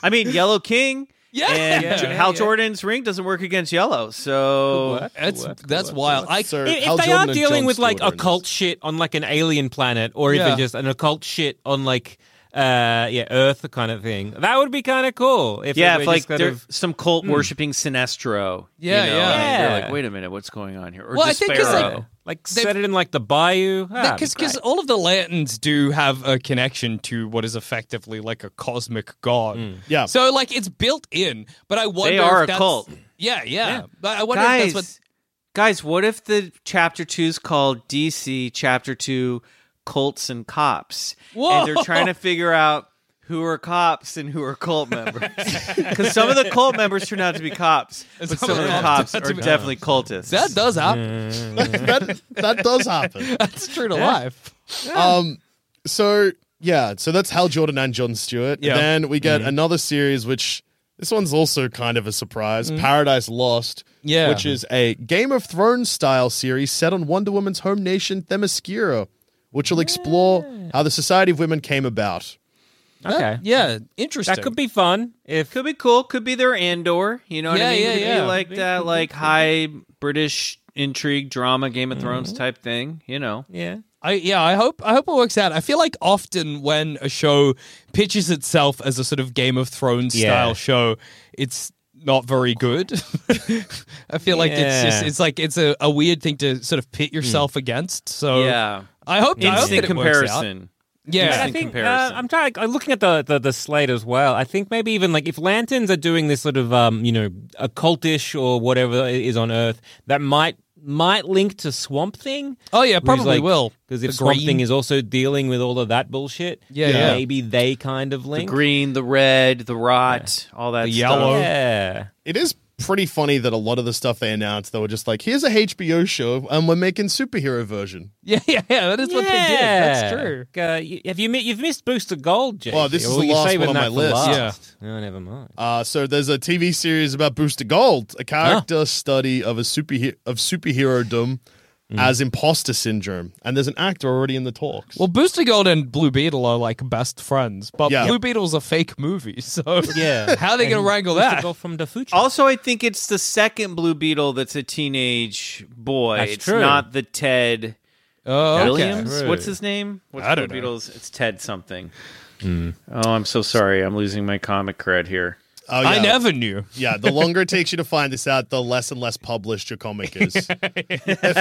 I mean, Yellow King.
Yeah.
And
Yeah, yeah, Oh,
Hal
yeah.
Jordan's ring doesn't work against Yellow, so
that's that's wild I
So,
if
Hal
if they
Jordan
are
and
dealing
Jon
with like
Stewart are in
occult
this.
shit on like an alien planet or
Yeah.
even just an occult shit on like uh yeah earth kind of thing that would be kind of cool if
yeah,
it
if
were
like
just kind
there,
of-
some cult worshipping Sinestro, you
Yeah,
know,
yeah.
and you're
Yeah.
like, wait a minute, what's going on here? Or
Well, I think 'cause,
Despero.
like,
like
they've-
set it in like the bayou Ah,
because
that'd be
because all of the lanterns do have a connection to what is effectively like a cosmic god.
Yeah.
So like it's built in, but I wonder
are
if
a
that's-
cult.
Yeah, yeah. But I wonder
guys,
if that's
guys, what if the chapter two is called DC Chapter Two Cults and Cops,
Whoa.
and they're trying to figure out who are cops and who are cult members. Because some of the cult members turn out to be cops, but some, of the cops are
turn out to be-
definitely cultists.
That does happen.
that that does happen.
That's true to life.
Um, so yeah, so that's Hal Jordan and John Stewart.
Yeah. Mm-hmm.
Then we get another series, which this one's also kind of a surprise, Paradise Lost.
Mm-hmm. Yeah.
which is a Game of Thrones style series set on Wonder Woman's home nation Themyscira, which will explore how the Society of Women came about.
Okay.
Yeah, interesting.
That could be fun. If
could be cool. Could be their Andor. You know what
Yeah,
I mean?
yeah,
could
yeah.
Be like that, like high British intrigue drama, Game
Mm-hmm.
of Thrones type thing. You know.
yeah.
I yeah, I hope I hope it works out. I feel like often when a show pitches itself as a sort of Game of Thrones
Yeah.
style show, it's not very good. I feel like it's just
Yeah. Hmm.
it's like it's a, a weird thing to sort of pit yourself against. So
Yeah.
Oh. I hope I hope
Instant
that it works out.
comparison.
Yeah,
in
I think uh,
comparison.
I'm trying. I'm looking at the, the the slate as well. I think maybe even like if lanterns are doing this sort of um you know occultish or whatever is on Earth, that might might link to Swamp Thing.
Oh, yeah, probably will.
Because if
The
Swamp
green.
Thing is also dealing with all of that bullshit,
Yeah, yeah.
maybe they kind of
The
link.
green, the red, the rot, all that
The
stuff.
yellow.
yeah.
It is pretty funny that a lot of the stuff they announced, they were just like, "Here's a HBO show, and we're making superhero version."
Yeah, yeah, yeah. That is what they did. That's
Yeah.
true.
Uh, y- have you mi- you've missed Booster Gold, Jay?
Oh, this is the last one on my list.
No, never mind.
Uh, so there's a TV series about Booster Gold, a character study of a superhero of superhero dom
Mm.
as imposter syndrome, and there's an actor already in the talks.
Well, Booster Gold and Blue Beetle are like best friends, but
Yeah.
Blue Beetle's a fake movie, so
Yeah.
how are they going to wrangle
Booster
that?
Gold from the future.
Also, I think it's the second Blue Beetle that's a teenage boy.
That's
it's
true.
not the Ted
Oh, okay.
Williams.
True.
What's his name? What's I Blue Beetles? It's Ted something.
Hmm.
Oh, I'm so sorry. I'm losing my comic cred here.
oh,
I
yeah.
never knew.
Yeah, the longer it takes you to find this out, the less and less published your comic is. They're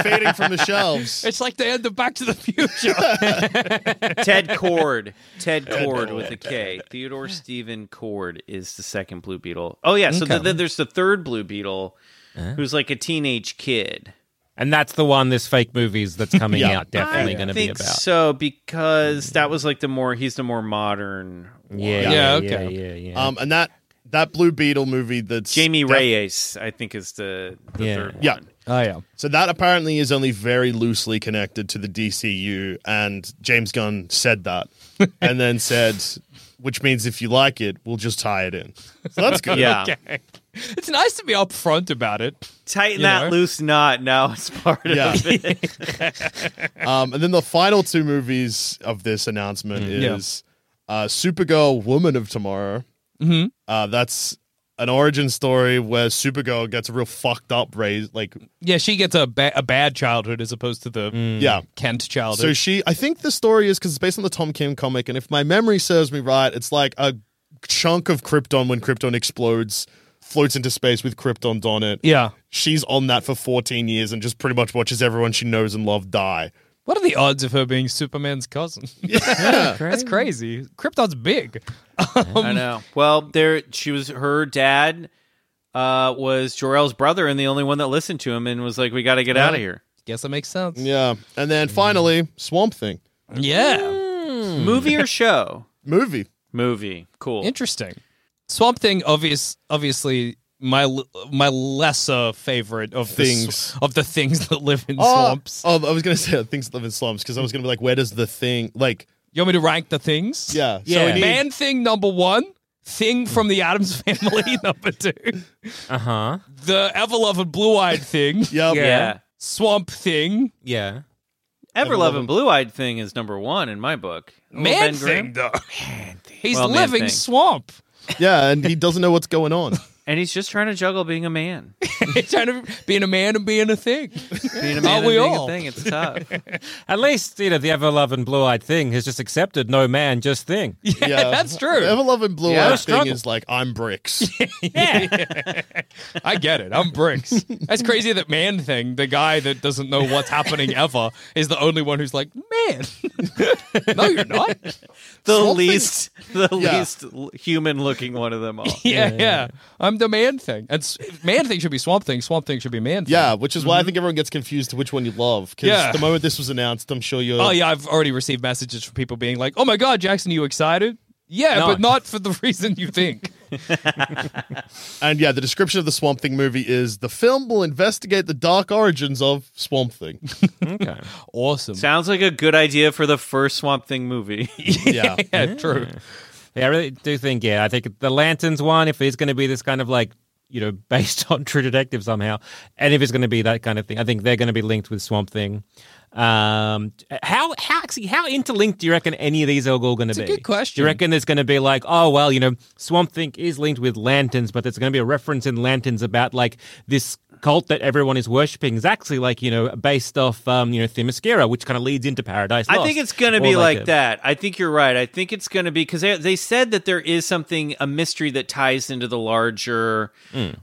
fading from the shelves.
It's like they had the Back to the Future.
Ted Cord. Ted Cord with a K. Theodore Stephen Cord is the second Blue Beetle. Oh yeah. So th- then there's the third Blue Beetle,
Uh-huh.
who's like a teenage kid.
and that's the one this fake movies that's coming
Yeah.
out definitely
I
going to be
think
about.
so because that was like the more he's the more modern.
Yeah,
Yeah,
yeah,
okay.
yeah, yeah, yeah.
Um, and that that Blue Beetle movie that's
Jamie
def-
Reyes, I think, is the, the
Yeah.
third one.
Yeah.
Oh yeah.
So that apparently is only very loosely connected to the DCU, and James Gunn said that, and then said, which means if you like it, we'll just tie it in. So that's good.
Yeah.
It's nice to be upfront about it.
Tighten
You
that
know?
loose knot. Now it's part of
Yeah.
it.
Um, and then the final two movies of this announcement
Yeah.
is uh, Supergirl, Woman of Tomorrow. Uh, that's an origin story where Supergirl gets a real fucked up raise, like
Yeah, she gets a, ba- a bad childhood as opposed to the
Mm.
yeah.
Kent childhood.
So she, I think the story is because it's based on the Tom Kim comic, and if my memory serves me right, it's like a chunk of Krypton when Krypton explodes, floats into space with Krypton on it.
yeah.
She's on that for 14 years and just pretty much watches everyone she knows and loves die.
What are the odds of her being Superman's cousin? That's crazy. Krypton's big.
I know. Well, there she was. Her dad uh, was Jor El's brother, and the only one that listened to him, and was like, "We got to get out of here."
Guess that makes sense.
Yeah. And then finally, Swamp Thing
Yeah.
Movie or show?
movie.
Movie. Cool.
Hmm. Interesting. Swamp Thing obvious obviously my l- my lesser favorite of the sw-
Things.
of the things that live in swamps.
Oh, I was gonna say things that live in slums because I was gonna be like, where does the thing like?
You want me to rank the things?
Yeah,
Yeah.
So we need,
Man Thing number 1, Thing from the Adams Family number 2,
uh
Uh-huh.
huh.
the ever-loved blue-eyed thing,
yep.
Yeah.
Swamp Thing,
Yeah.
Ever loving blue eyed thing is number one in my book. Little
Man
Ben Grimm.
Thing though. He's
Well, Man
living
Thing.
swamp.
yeah, and he doesn't know what's going on.
and he's just trying to juggle being a man.
He's trying to being a man and being a thing.
Being a
Aren't
man and
we
being
all?
a thing, it's tough.
At least you know the ever-loving blue-eyed thing has just accepted no man, just thing.
Yeah,
that's true.
Ever loving blue
Yeah.
eyed thing
Struggle.
is like I'm bricks.
I get it. I'm bricks. That's crazy that man thing, the guy that doesn't know what's happening ever, is the only one who's like, man. no, you're not.
The
Swamp Thing-
least, the
Yeah.
least human looking one of them all.
Yeah, yeah, I'm the man thing. And s- man thing should be swamp thing. Swamp thing should be man thing.
Yeah, which is why I think everyone gets confused to which one you love. Because
Mm-hmm. Yeah.
the moment this was announced, I'm sure you're.
Oh yeah, I've already received messages from people being like, "Oh my god, Jackson, are you excited?" Yeah,
No.
but not for the reason you think.
And yeah, the description of the Swamp Thing movie is the film will investigate the dark origins of Swamp Thing.
Okay.
Awesome.
Sounds like a good idea for the first Swamp Thing movie.
Yeah.
yeah, true.
Yeah, I really do think, yeah, I think the Lanterns one, if it's going to be this kind of like, you know, based on True Detective somehow, and if it's going to be that kind of thing, I think they're going to be linked with Swamp Thing. Um, how, how, actually, how interlinked do you reckon any of these are all going to be?
a good question.
Do you reckon there's going to be like, oh, well, you know, Swamp Thing is linked with Lanterns, but there's going to be a reference in Lanterns about like this cult that everyone is worshipping is actually like, you know, based off, um, you know, Themyscira, which kind of leads into Paradise
I
Lost.
think it's going to
Or
be like,
a-
that. I think you're right. I think it's going to be because they, they said that there is something a mystery that ties into the larger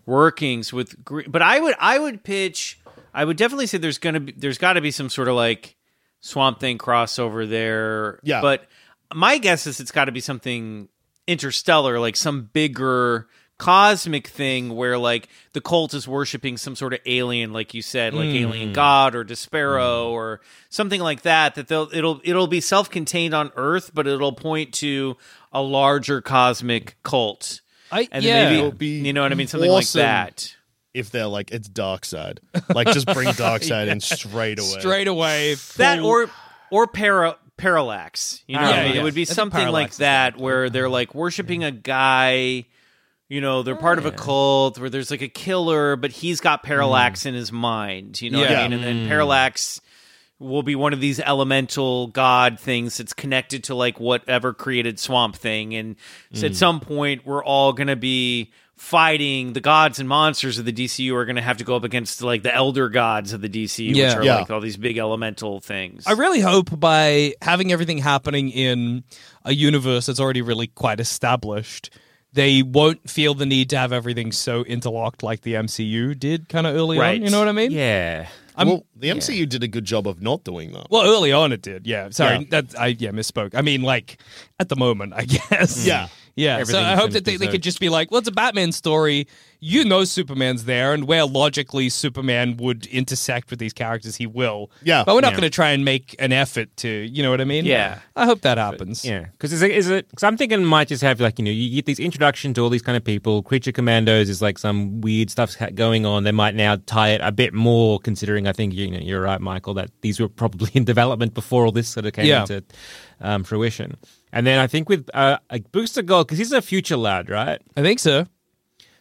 workings with. Gre- But I would I would pitch. I would definitely say there's going to be there's got to be some sort of like Swamp Thing crossover there.
Yeah.
But my guess is it's got to be something interstellar, like some bigger cosmic thing where like the cult is worshiping some sort of alien like you said like
Hmm.
alien god or despero or something like that that they'll it'll it'll be self-contained on earth but it'll point to a larger cosmic cult
I,
and
yeah.
then maybe
It'll be
you know what i mean something
awesome.
like that
If they're like, it's Dark Side. Like, just bring Dark Side in straight away.
Straight away.
that
full-
or or para parallax you know
Yeah,
it
yeah.
would be
I think
something
Parallax
like
is
that where they're like worshiping a guy you know they're part of a cult where there's like a killer but he's got parallax in his mind you know what
Mm. Yeah. Mm.
i mean and then parallax will be one of these elemental god things that's connected to like whatever created swamp thing and so
Mm.
at some point we're all going to be fighting the gods and monsters of the DCU are going to have to go up against like the elder gods of the DCU
Yeah.
which are
Yeah.
like all these big elemental things
I really hope by having everything happening in a universe that's already really quite established, they won't feel the need to have everything so interlocked like the MCU did kind of early
Right.
on. You know what I mean?
Yeah.
well, the MCU did a good job of not doing that.
Well, early on it did. Yeah. Sorry,
Yeah.
that I yeah misspoke. I mean, like at the moment, I guess.
Yeah.
Yeah, so I
Everything's
hope
in
that they, they
berserk.
could just be like, well, it's a Batman story. You know Superman's there, and where logically Superman would intersect with these characters, he will.
Yeah.
But we're not
Yeah.
going to try and make an effort to, you know what I mean?
Yeah.
I hope that happens.
Yeah, because is it? Is it? Because I'm thinking it might just have like you know you get these introduction to all these kind of people. Creature Commandos is like some weird stuff's ha- going on. They might now tie it a bit more, considering I think you know you're right, Michael, that these were probably in development before all this sort of came
Yeah.
into um, fruition. And then I think with uh, like Booster Gold, because he's a future lad, right?
I think so.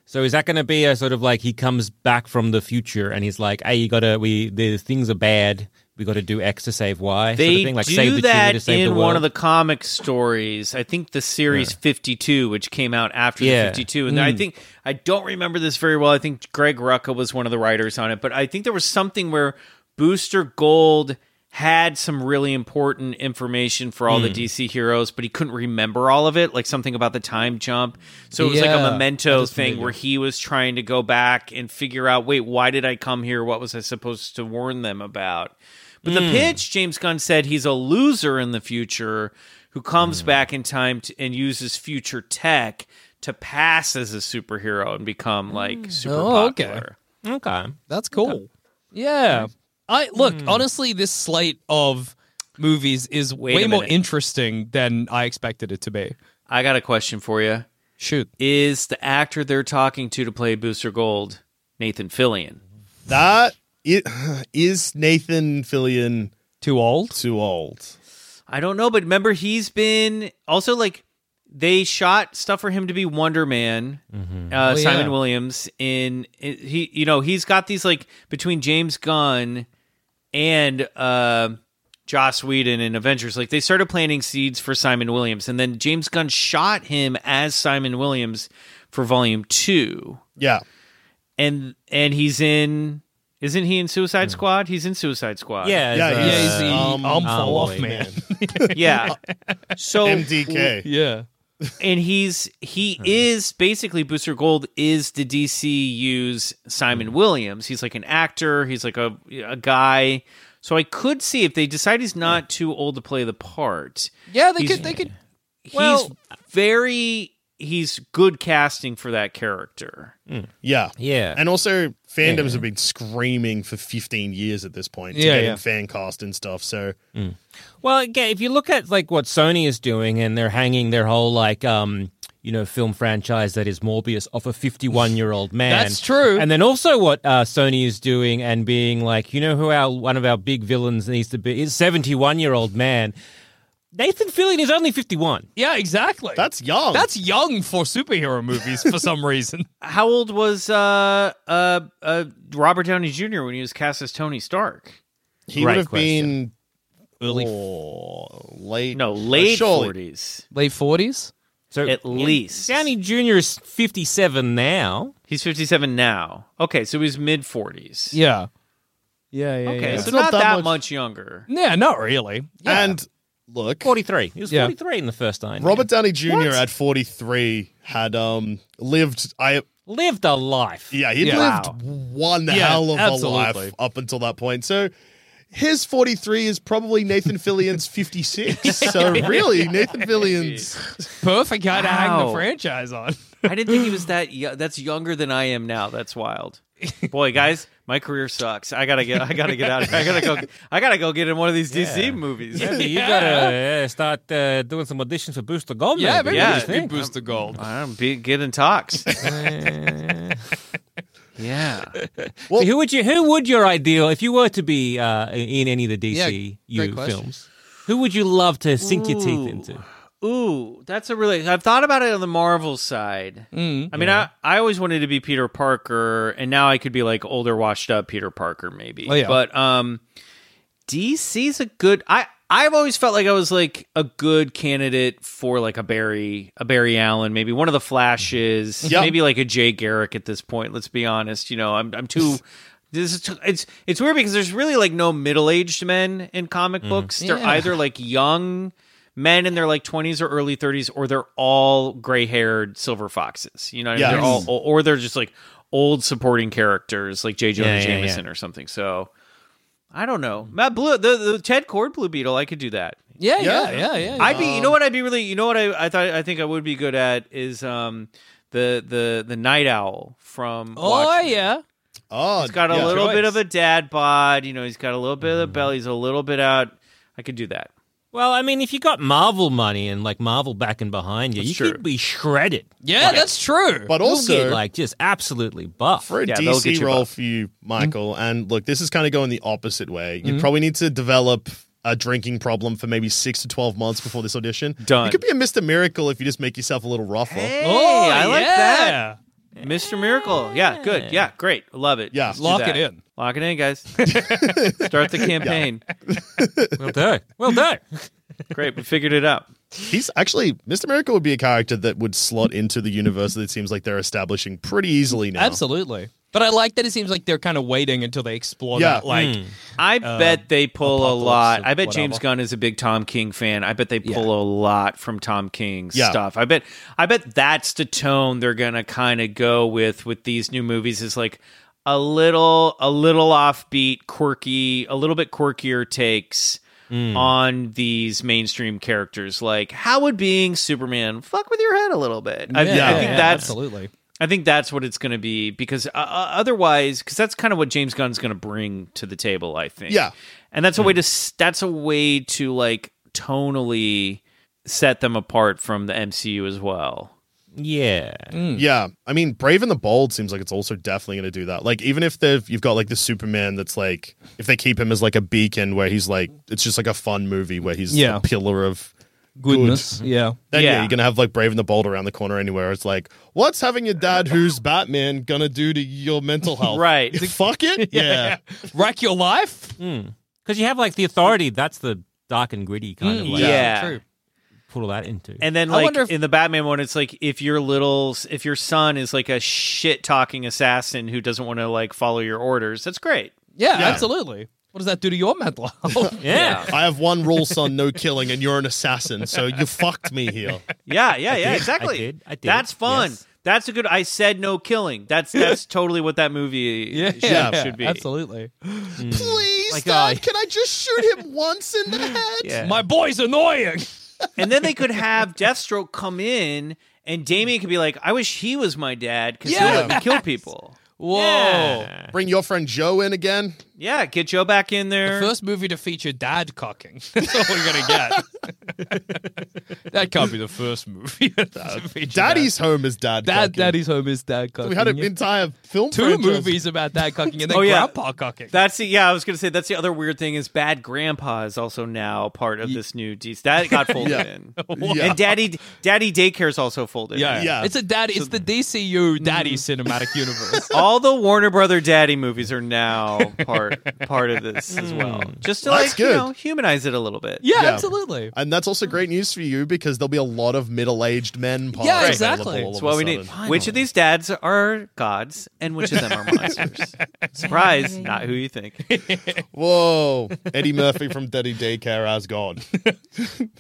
So is that going to be a sort of like he comes back from the future and he's like, hey, you gotta we the things are bad. We got to do X to save Y. sort
they
of thing, like
do
save the children to
that
save the
in one
world.
of the comic stories. I think the series 52, which came out after
Yeah. Mm.
the 52. And I think, I don't remember this very well. I think Greg Rucka was one of the writers on it, but I think there was something where Booster Gold had some really important information for
Mm.
all the DC heroes, but he couldn't remember all of it, like something about the time jump. So it was like
Yeah.
a memento thing where he was trying to go back and figure out, wait, why did I come here? What was I supposed to warn them about? But
Hmm.
the pitch, James Gunn said he's a loser in the future who comes
Hmm.
back in time to, and uses future tech to pass as a superhero and become like super
Oh, okay.
popular.
okay.
That's cool. Yeah. I look,
Hmm.
honestly, this slate of movies is
Wait
way
a
more
minute.
interesting than I expected it to be.
I got a question for you.
Shoot.
Is the actor they're talking to to play Booster Gold Nathan Fillion?
That it, is Nathan Fillion
Too old?
too old.
I don't know, but remember he's been also like they shot stuff for him to be Wonder Man, uh,
Oh,
Simon
yeah.
Williams. In he, you know, he's got these like between James Gunn and uh, Joss Whedon in Avengers. Like they started planting seeds for Simon Williams, and then James Gunn shot him as Simon Williams for Volume Two,
Yeah.
and and he's in. Isn't he in Suicide Squad? He's in Suicide Squad.
Yeah,
Yeah,
it's, uh,
Yeah,
he's-
he's the
Um,
arm fall off
Alloy
man. Oh,
yeah. So
MDK.
yeah.
and he's
Hmm.
he is basically Booster Gold is the DCU's
Hmm.
Simon Williams. He's like an actor. He's like a a guy. So I could see if they decide he's not too old to play the part.
Yeah, they
He's-
could they could
he's very he's good casting for that character.
Yeah.
Yeah.
And also, fandoms have been screaming for 15 years at this point to
Yeah,
get
yeah.
in fan cast and stuff. So,
Well, again, if you look at like what Sony is doing, and they're hanging their whole like um you know film franchise that is Morbius off a fifty-one-year-old man.
That's true.
And then also what uh, Sony is doing and being like, you know, who our one of our big villains needs to be is seventy-one-year-old man. Nathan Fillion is only fifty-one.
Yeah, exactly.
that's young.
that's young for superhero movies for some reason.
How old was uh, uh, uh, Robert Downey Jr. when he was cast as Tony Stark?
he
Right
would have
question.
been
Early
oh, late.
No, late
surely.
forties
late forties.
So
at least.
Downey Jr. is fifty-seven now.
he's fifty-seven now. Okay, so he's mid forties.
Yeah. Yeah, yeah.
Okay,
yeah.
so
It's
not, that much, younger.
yeah, not really. Yeah.
And look,
Forty-three. He was
Yeah.
forty-three in the first Iron Man.
Robert Downey Jr. at 43 had um lived. I
lived a life.
Yeah, he'd
Yeah.
lived one hell of a
absolutely.
life up until that point. So his 43 is probably Nathan Fillion's 56. so really, Nathan Fillion's.
perfect guy to hang
Wow.
the franchise on.
I didn't think he was that. Yo- that's younger than I am now. That's wild. Boy, guys, my career sucks. I gotta get. I gotta get out. Of here. I gotta go. I gotta go get in one of these DC movies.
Yeah, you gotta uh, start uh, doing some auditions for Booster Gold.
Yeah, maybe
yeah,
yeah,
I think-
boost the gold.
I don't be, get in talks. yeah.
So who would you? Who would your ideal if you were to be uh, in any of the
Yeah,
DCU
great question.
films? Who would you love to sink your teeth into?
Ooh, that's a really. I've thought about it on the Marvel side. I mean, I, I always wanted to be Peter Parker, and now I could be like older, washed up Peter Parker, maybe.
Oh, yeah.
But um, DC's a good. I I've always felt like I was like a good candidate for like a Barry, a Barry Allen, maybe one of the Flashes,
Yep.
maybe like a Jay Garrick at this point. Let's be honest. You know, I'm I'm too. This is too- it's it's weird because there's really like no middle aged men in comic books. They're
Yeah.
either like young men in their like 20s or early 30s or they're all gray-haired silver foxes you know what I mean? they're all
Yes.
or or they're just like old supporting characters like j jonah
Yeah, yeah,
jameson or something so i don't know Mm. matt blue the, the ted cord blue beetle i could do that
Yeah,
Yeah.
yeah, yeah, yeah.
i'd be you know what i'd be really you know what i, I thought i think i would be good at is um the the the night owl from
oh
Watchmen.
yeah.
Oh,
he's got a
yeah.
little
choice.
bit of a dad bod you know he's got a little bit of the belly he's a little bit out i could do that
Well, I mean, if you got Marvel money and like Marvel back and behind you, you
true.
could be shredded.
Yeah, that's true.
But
You'll get
also,
like just absolutely buff.
for a
Yeah, they'll
DC
get you
role
both. Mm-hmm.
for you, Michael, and look, this is kind of going the opposite way. You probably need to develop a drinking problem for maybe six to 12 months before this audition.
Done.
You could be a Mr. Miracle if you just make yourself a little rougher.
oh,
I like
yeah.
that. Mr. Miracle. Yeah, good. Yeah, great. Love it.
Yeah.
Let's do
Lock
that.
it in.
Lock it in, guys. Start the campaign.
Well done. Well done.
Great. We figured it out.
He's actually, Mr. Miracle would be a character that would slot into the universe that it seems like they're establishing pretty easily now.
Absolutely. But I like that it seems like they're kind of waiting until they explore
Yeah.
that. Like,
I bet they pull a
Um, Apocalypse
lot.
or
I bet
whatever.
James Gunn is a big Tom King fan. I bet they pull
Yeah.
a lot from Tom King's
Yeah.
stuff. I bet I bet that's the tone they're going to kind of go with with these new movies is like a little a little offbeat, quirky, a little bit quirkier takes
Hmm.
on these mainstream characters. Like how would being Superman fuck with your head a little bit? I, I
yeah,
think
yeah,
that's
absolutely.
I think that's what it's going to be because uh, uh, otherwise, because that's kind of what James Gunn's going to bring to the table. I think.
Yeah.
and that's a
Mm-hmm.
way to s- that's a way to like tonally set them apart from the MCU as well.
Yeah.
Yeah, I mean, Brave and the Bold seems like it's also definitely going to do that. Like, even if they've you've got like the Superman that's like, if they keep him as like a beacon where he's like, it's just like a fun movie where he's
Yeah.
a pillar of
Goodness.
Good.
Yeah.
Then yeah.
Yeah.
you're gonna have like Brave and the Bold around the corner anywhere. It's like, what's having your dad who's Batman gonna do to your mental health?
Right.
Fuck it. Yeah.
Wreck your life.
Because you have like the authority. That's the dark and gritty kind
Mm,
of like
yeah.
True.
pull that into.
And then,
I
like
wonder if-
in the Batman one, it's like if your little if your son is like a shit talking assassin who doesn't want to like follow your orders, that's great.
Yeah,
Yeah.
absolutely. What does that do to your mental health?
yeah.
I have one rule, son: no killing, and you're an assassin, so you fucked me here.
Yeah, yeah, yeah,
did, I
exactly.
did, I did,
That's fun.
yes.
That's a good. I said no killing. That's that's totally what that movie should, should be.
Absolutely.
Please,
Like,
Dad,
uh,
can I just shoot him once in the head?
Yeah.
My boy's annoying.
and then they could have Deathstroke come in And Damien could be like, I wish he was my dad because he'll let me
Yeah.
kill people.
Whoa.
Yeah.
Bring your friend Joe in again.
Yeah, get Joe back in there.
First movie to feature dad cocking. That's all we're gonna get. that can't be the first movie. to feature
Daddy's home is dad.
dad. Dad-
cocking.
Daddy's home is dad cocking.
We had an
yeah.
entire film.
two
franchise.
movies about dad cocking and then
Oh, yeah.
grandpa cocking.
That's the yeah. I was gonna say that's the other weird thing is Bad Grandpa is also now part of this new DC. That got folded
Yeah.
in,
Yeah.
and Daddy Daddy Daycare is also folded.
yeah.
in.
Yeah.
It's a daddy. It's the DCU daddy cinematic universe.
all the Warner Brother Daddy movies are now part part of this as well. Just to
Hmm. That's
like you
good.
know humanize it a little bit.
yeah,
Yeah.
absolutely.
And that's also great news for you because there'll be a lot of middle-aged men. parts
Yeah,
available
exactly.
all
It's
of
That's
a
what we need.
sudden.
Which of these dads are gods and which of them are monsters? Surprise, not who you think.
Whoa, Eddie Murphy from Daddy Daycare as God.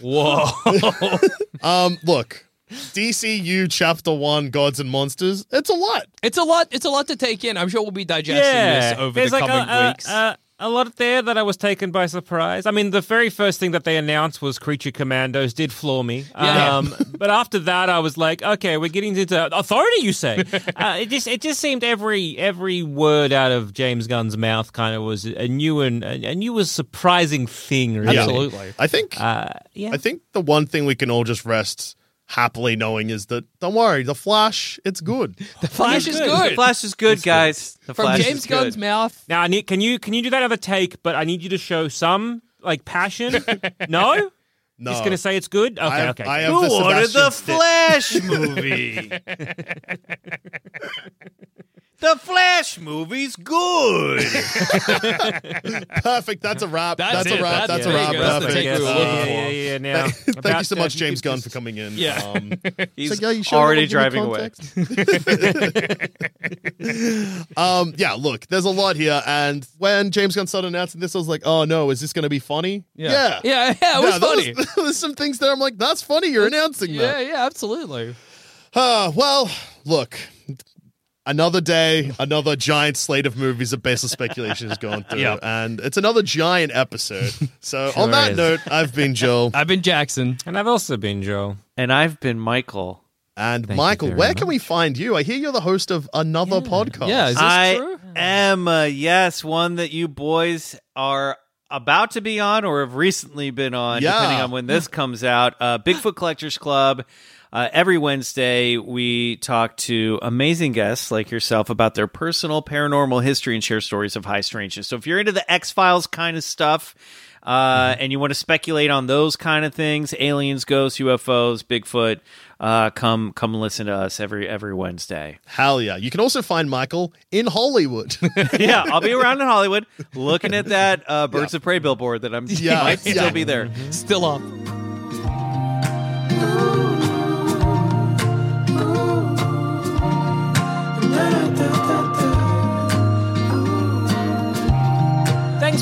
Whoa.
Um, look, DCU Chapter One: Gods and Monsters. It's a lot.
it's a lot. It's a lot to take in. I'm sure we'll be digesting this over
There's
the
like uh,
coming
a,
weeks.
A, a, a lot there that I was taken by surprise. I mean, the very first thing that they announced was Creature Commandos did floor me.
Yeah.
Um, but after that, I was like, okay, we're getting into authority. You say uh, it just it just seemed every every word out of James Gunn's mouth kind of was a new and a new was surprising thing. Really.
Absolutely.
I think.
Uh, yeah.
I think the one thing we can all just rest happily knowing is that don't worry, the Flash. It's good.
The Flash is good.
The Flash is good, guys. The
From
Flash is
James
good.
Gunn's mouth.
Now I need can you can you do that other take? But I need you to show some like passion. no.
No,
He's gonna say it's good. Okay,
I have-
okay.
I have
Who
the
ordered the
Sebastian Stan-
Flash movie. the Flash movie's good.
perfect. That's a wrap.
That's
That's,
it.
a wrap.
That's
That's,
it.
a wrap.
There you go. That's the
Perfect.
take we were
Uh,
looking for.
yeah, yeah, yeah. Now,
Thank you so much, James Gunn, for coming in.
Yeah.
Um,
He's
so, yeah, you sure
already
you wanna
driving
give me
away.
context? um, yeah, look, there's a lot here, and when James Gunn started announcing this, I was like, "Oh no, is this going to be funny?" Yeah,
Yeah. Yeah. It was
Yeah, there
funny.
was- there's some things that I'm like, "That's funny." You're announcing
yeah.
that.
Yeah. Absolutely.
Uh, well, look, another day, another giant slate of movies that baseless speculation has gone through,
Yeah.
and it's another giant episode. So,
Sure
on that
is.
note, I've been Joel.
I've been Jackson.
and I've also been Joel.
And I've been Michael.
And
Thank you
Michael,
very
where can
much.
we find you? I hear you're the host of another podcast.
Yeah, is this
I
true?
am, uh, yes, one that you boys are about to be on or have recently been on,
Yeah.
depending on when this comes out. Uh, Bigfoot Collectors Club. Uh, every Wednesday, we talk to amazing guests like yourself about their personal paranormal history and share stories of high strangeness. So if you're into the X Files kind of stuff,
Mm-hmm.
uh, and you want to speculate on those kind of things, aliens, ghosts, UFOs, Bigfoot, uh, come come listen to us every every Wednesday.
Hell yeah. You can also find Michael in Hollywood.
yeah, I'll be around in Hollywood looking at that uh, Birds of Prey billboard that I'm
Yeah,
might still
yeah.
be there.
Still up.
Thanks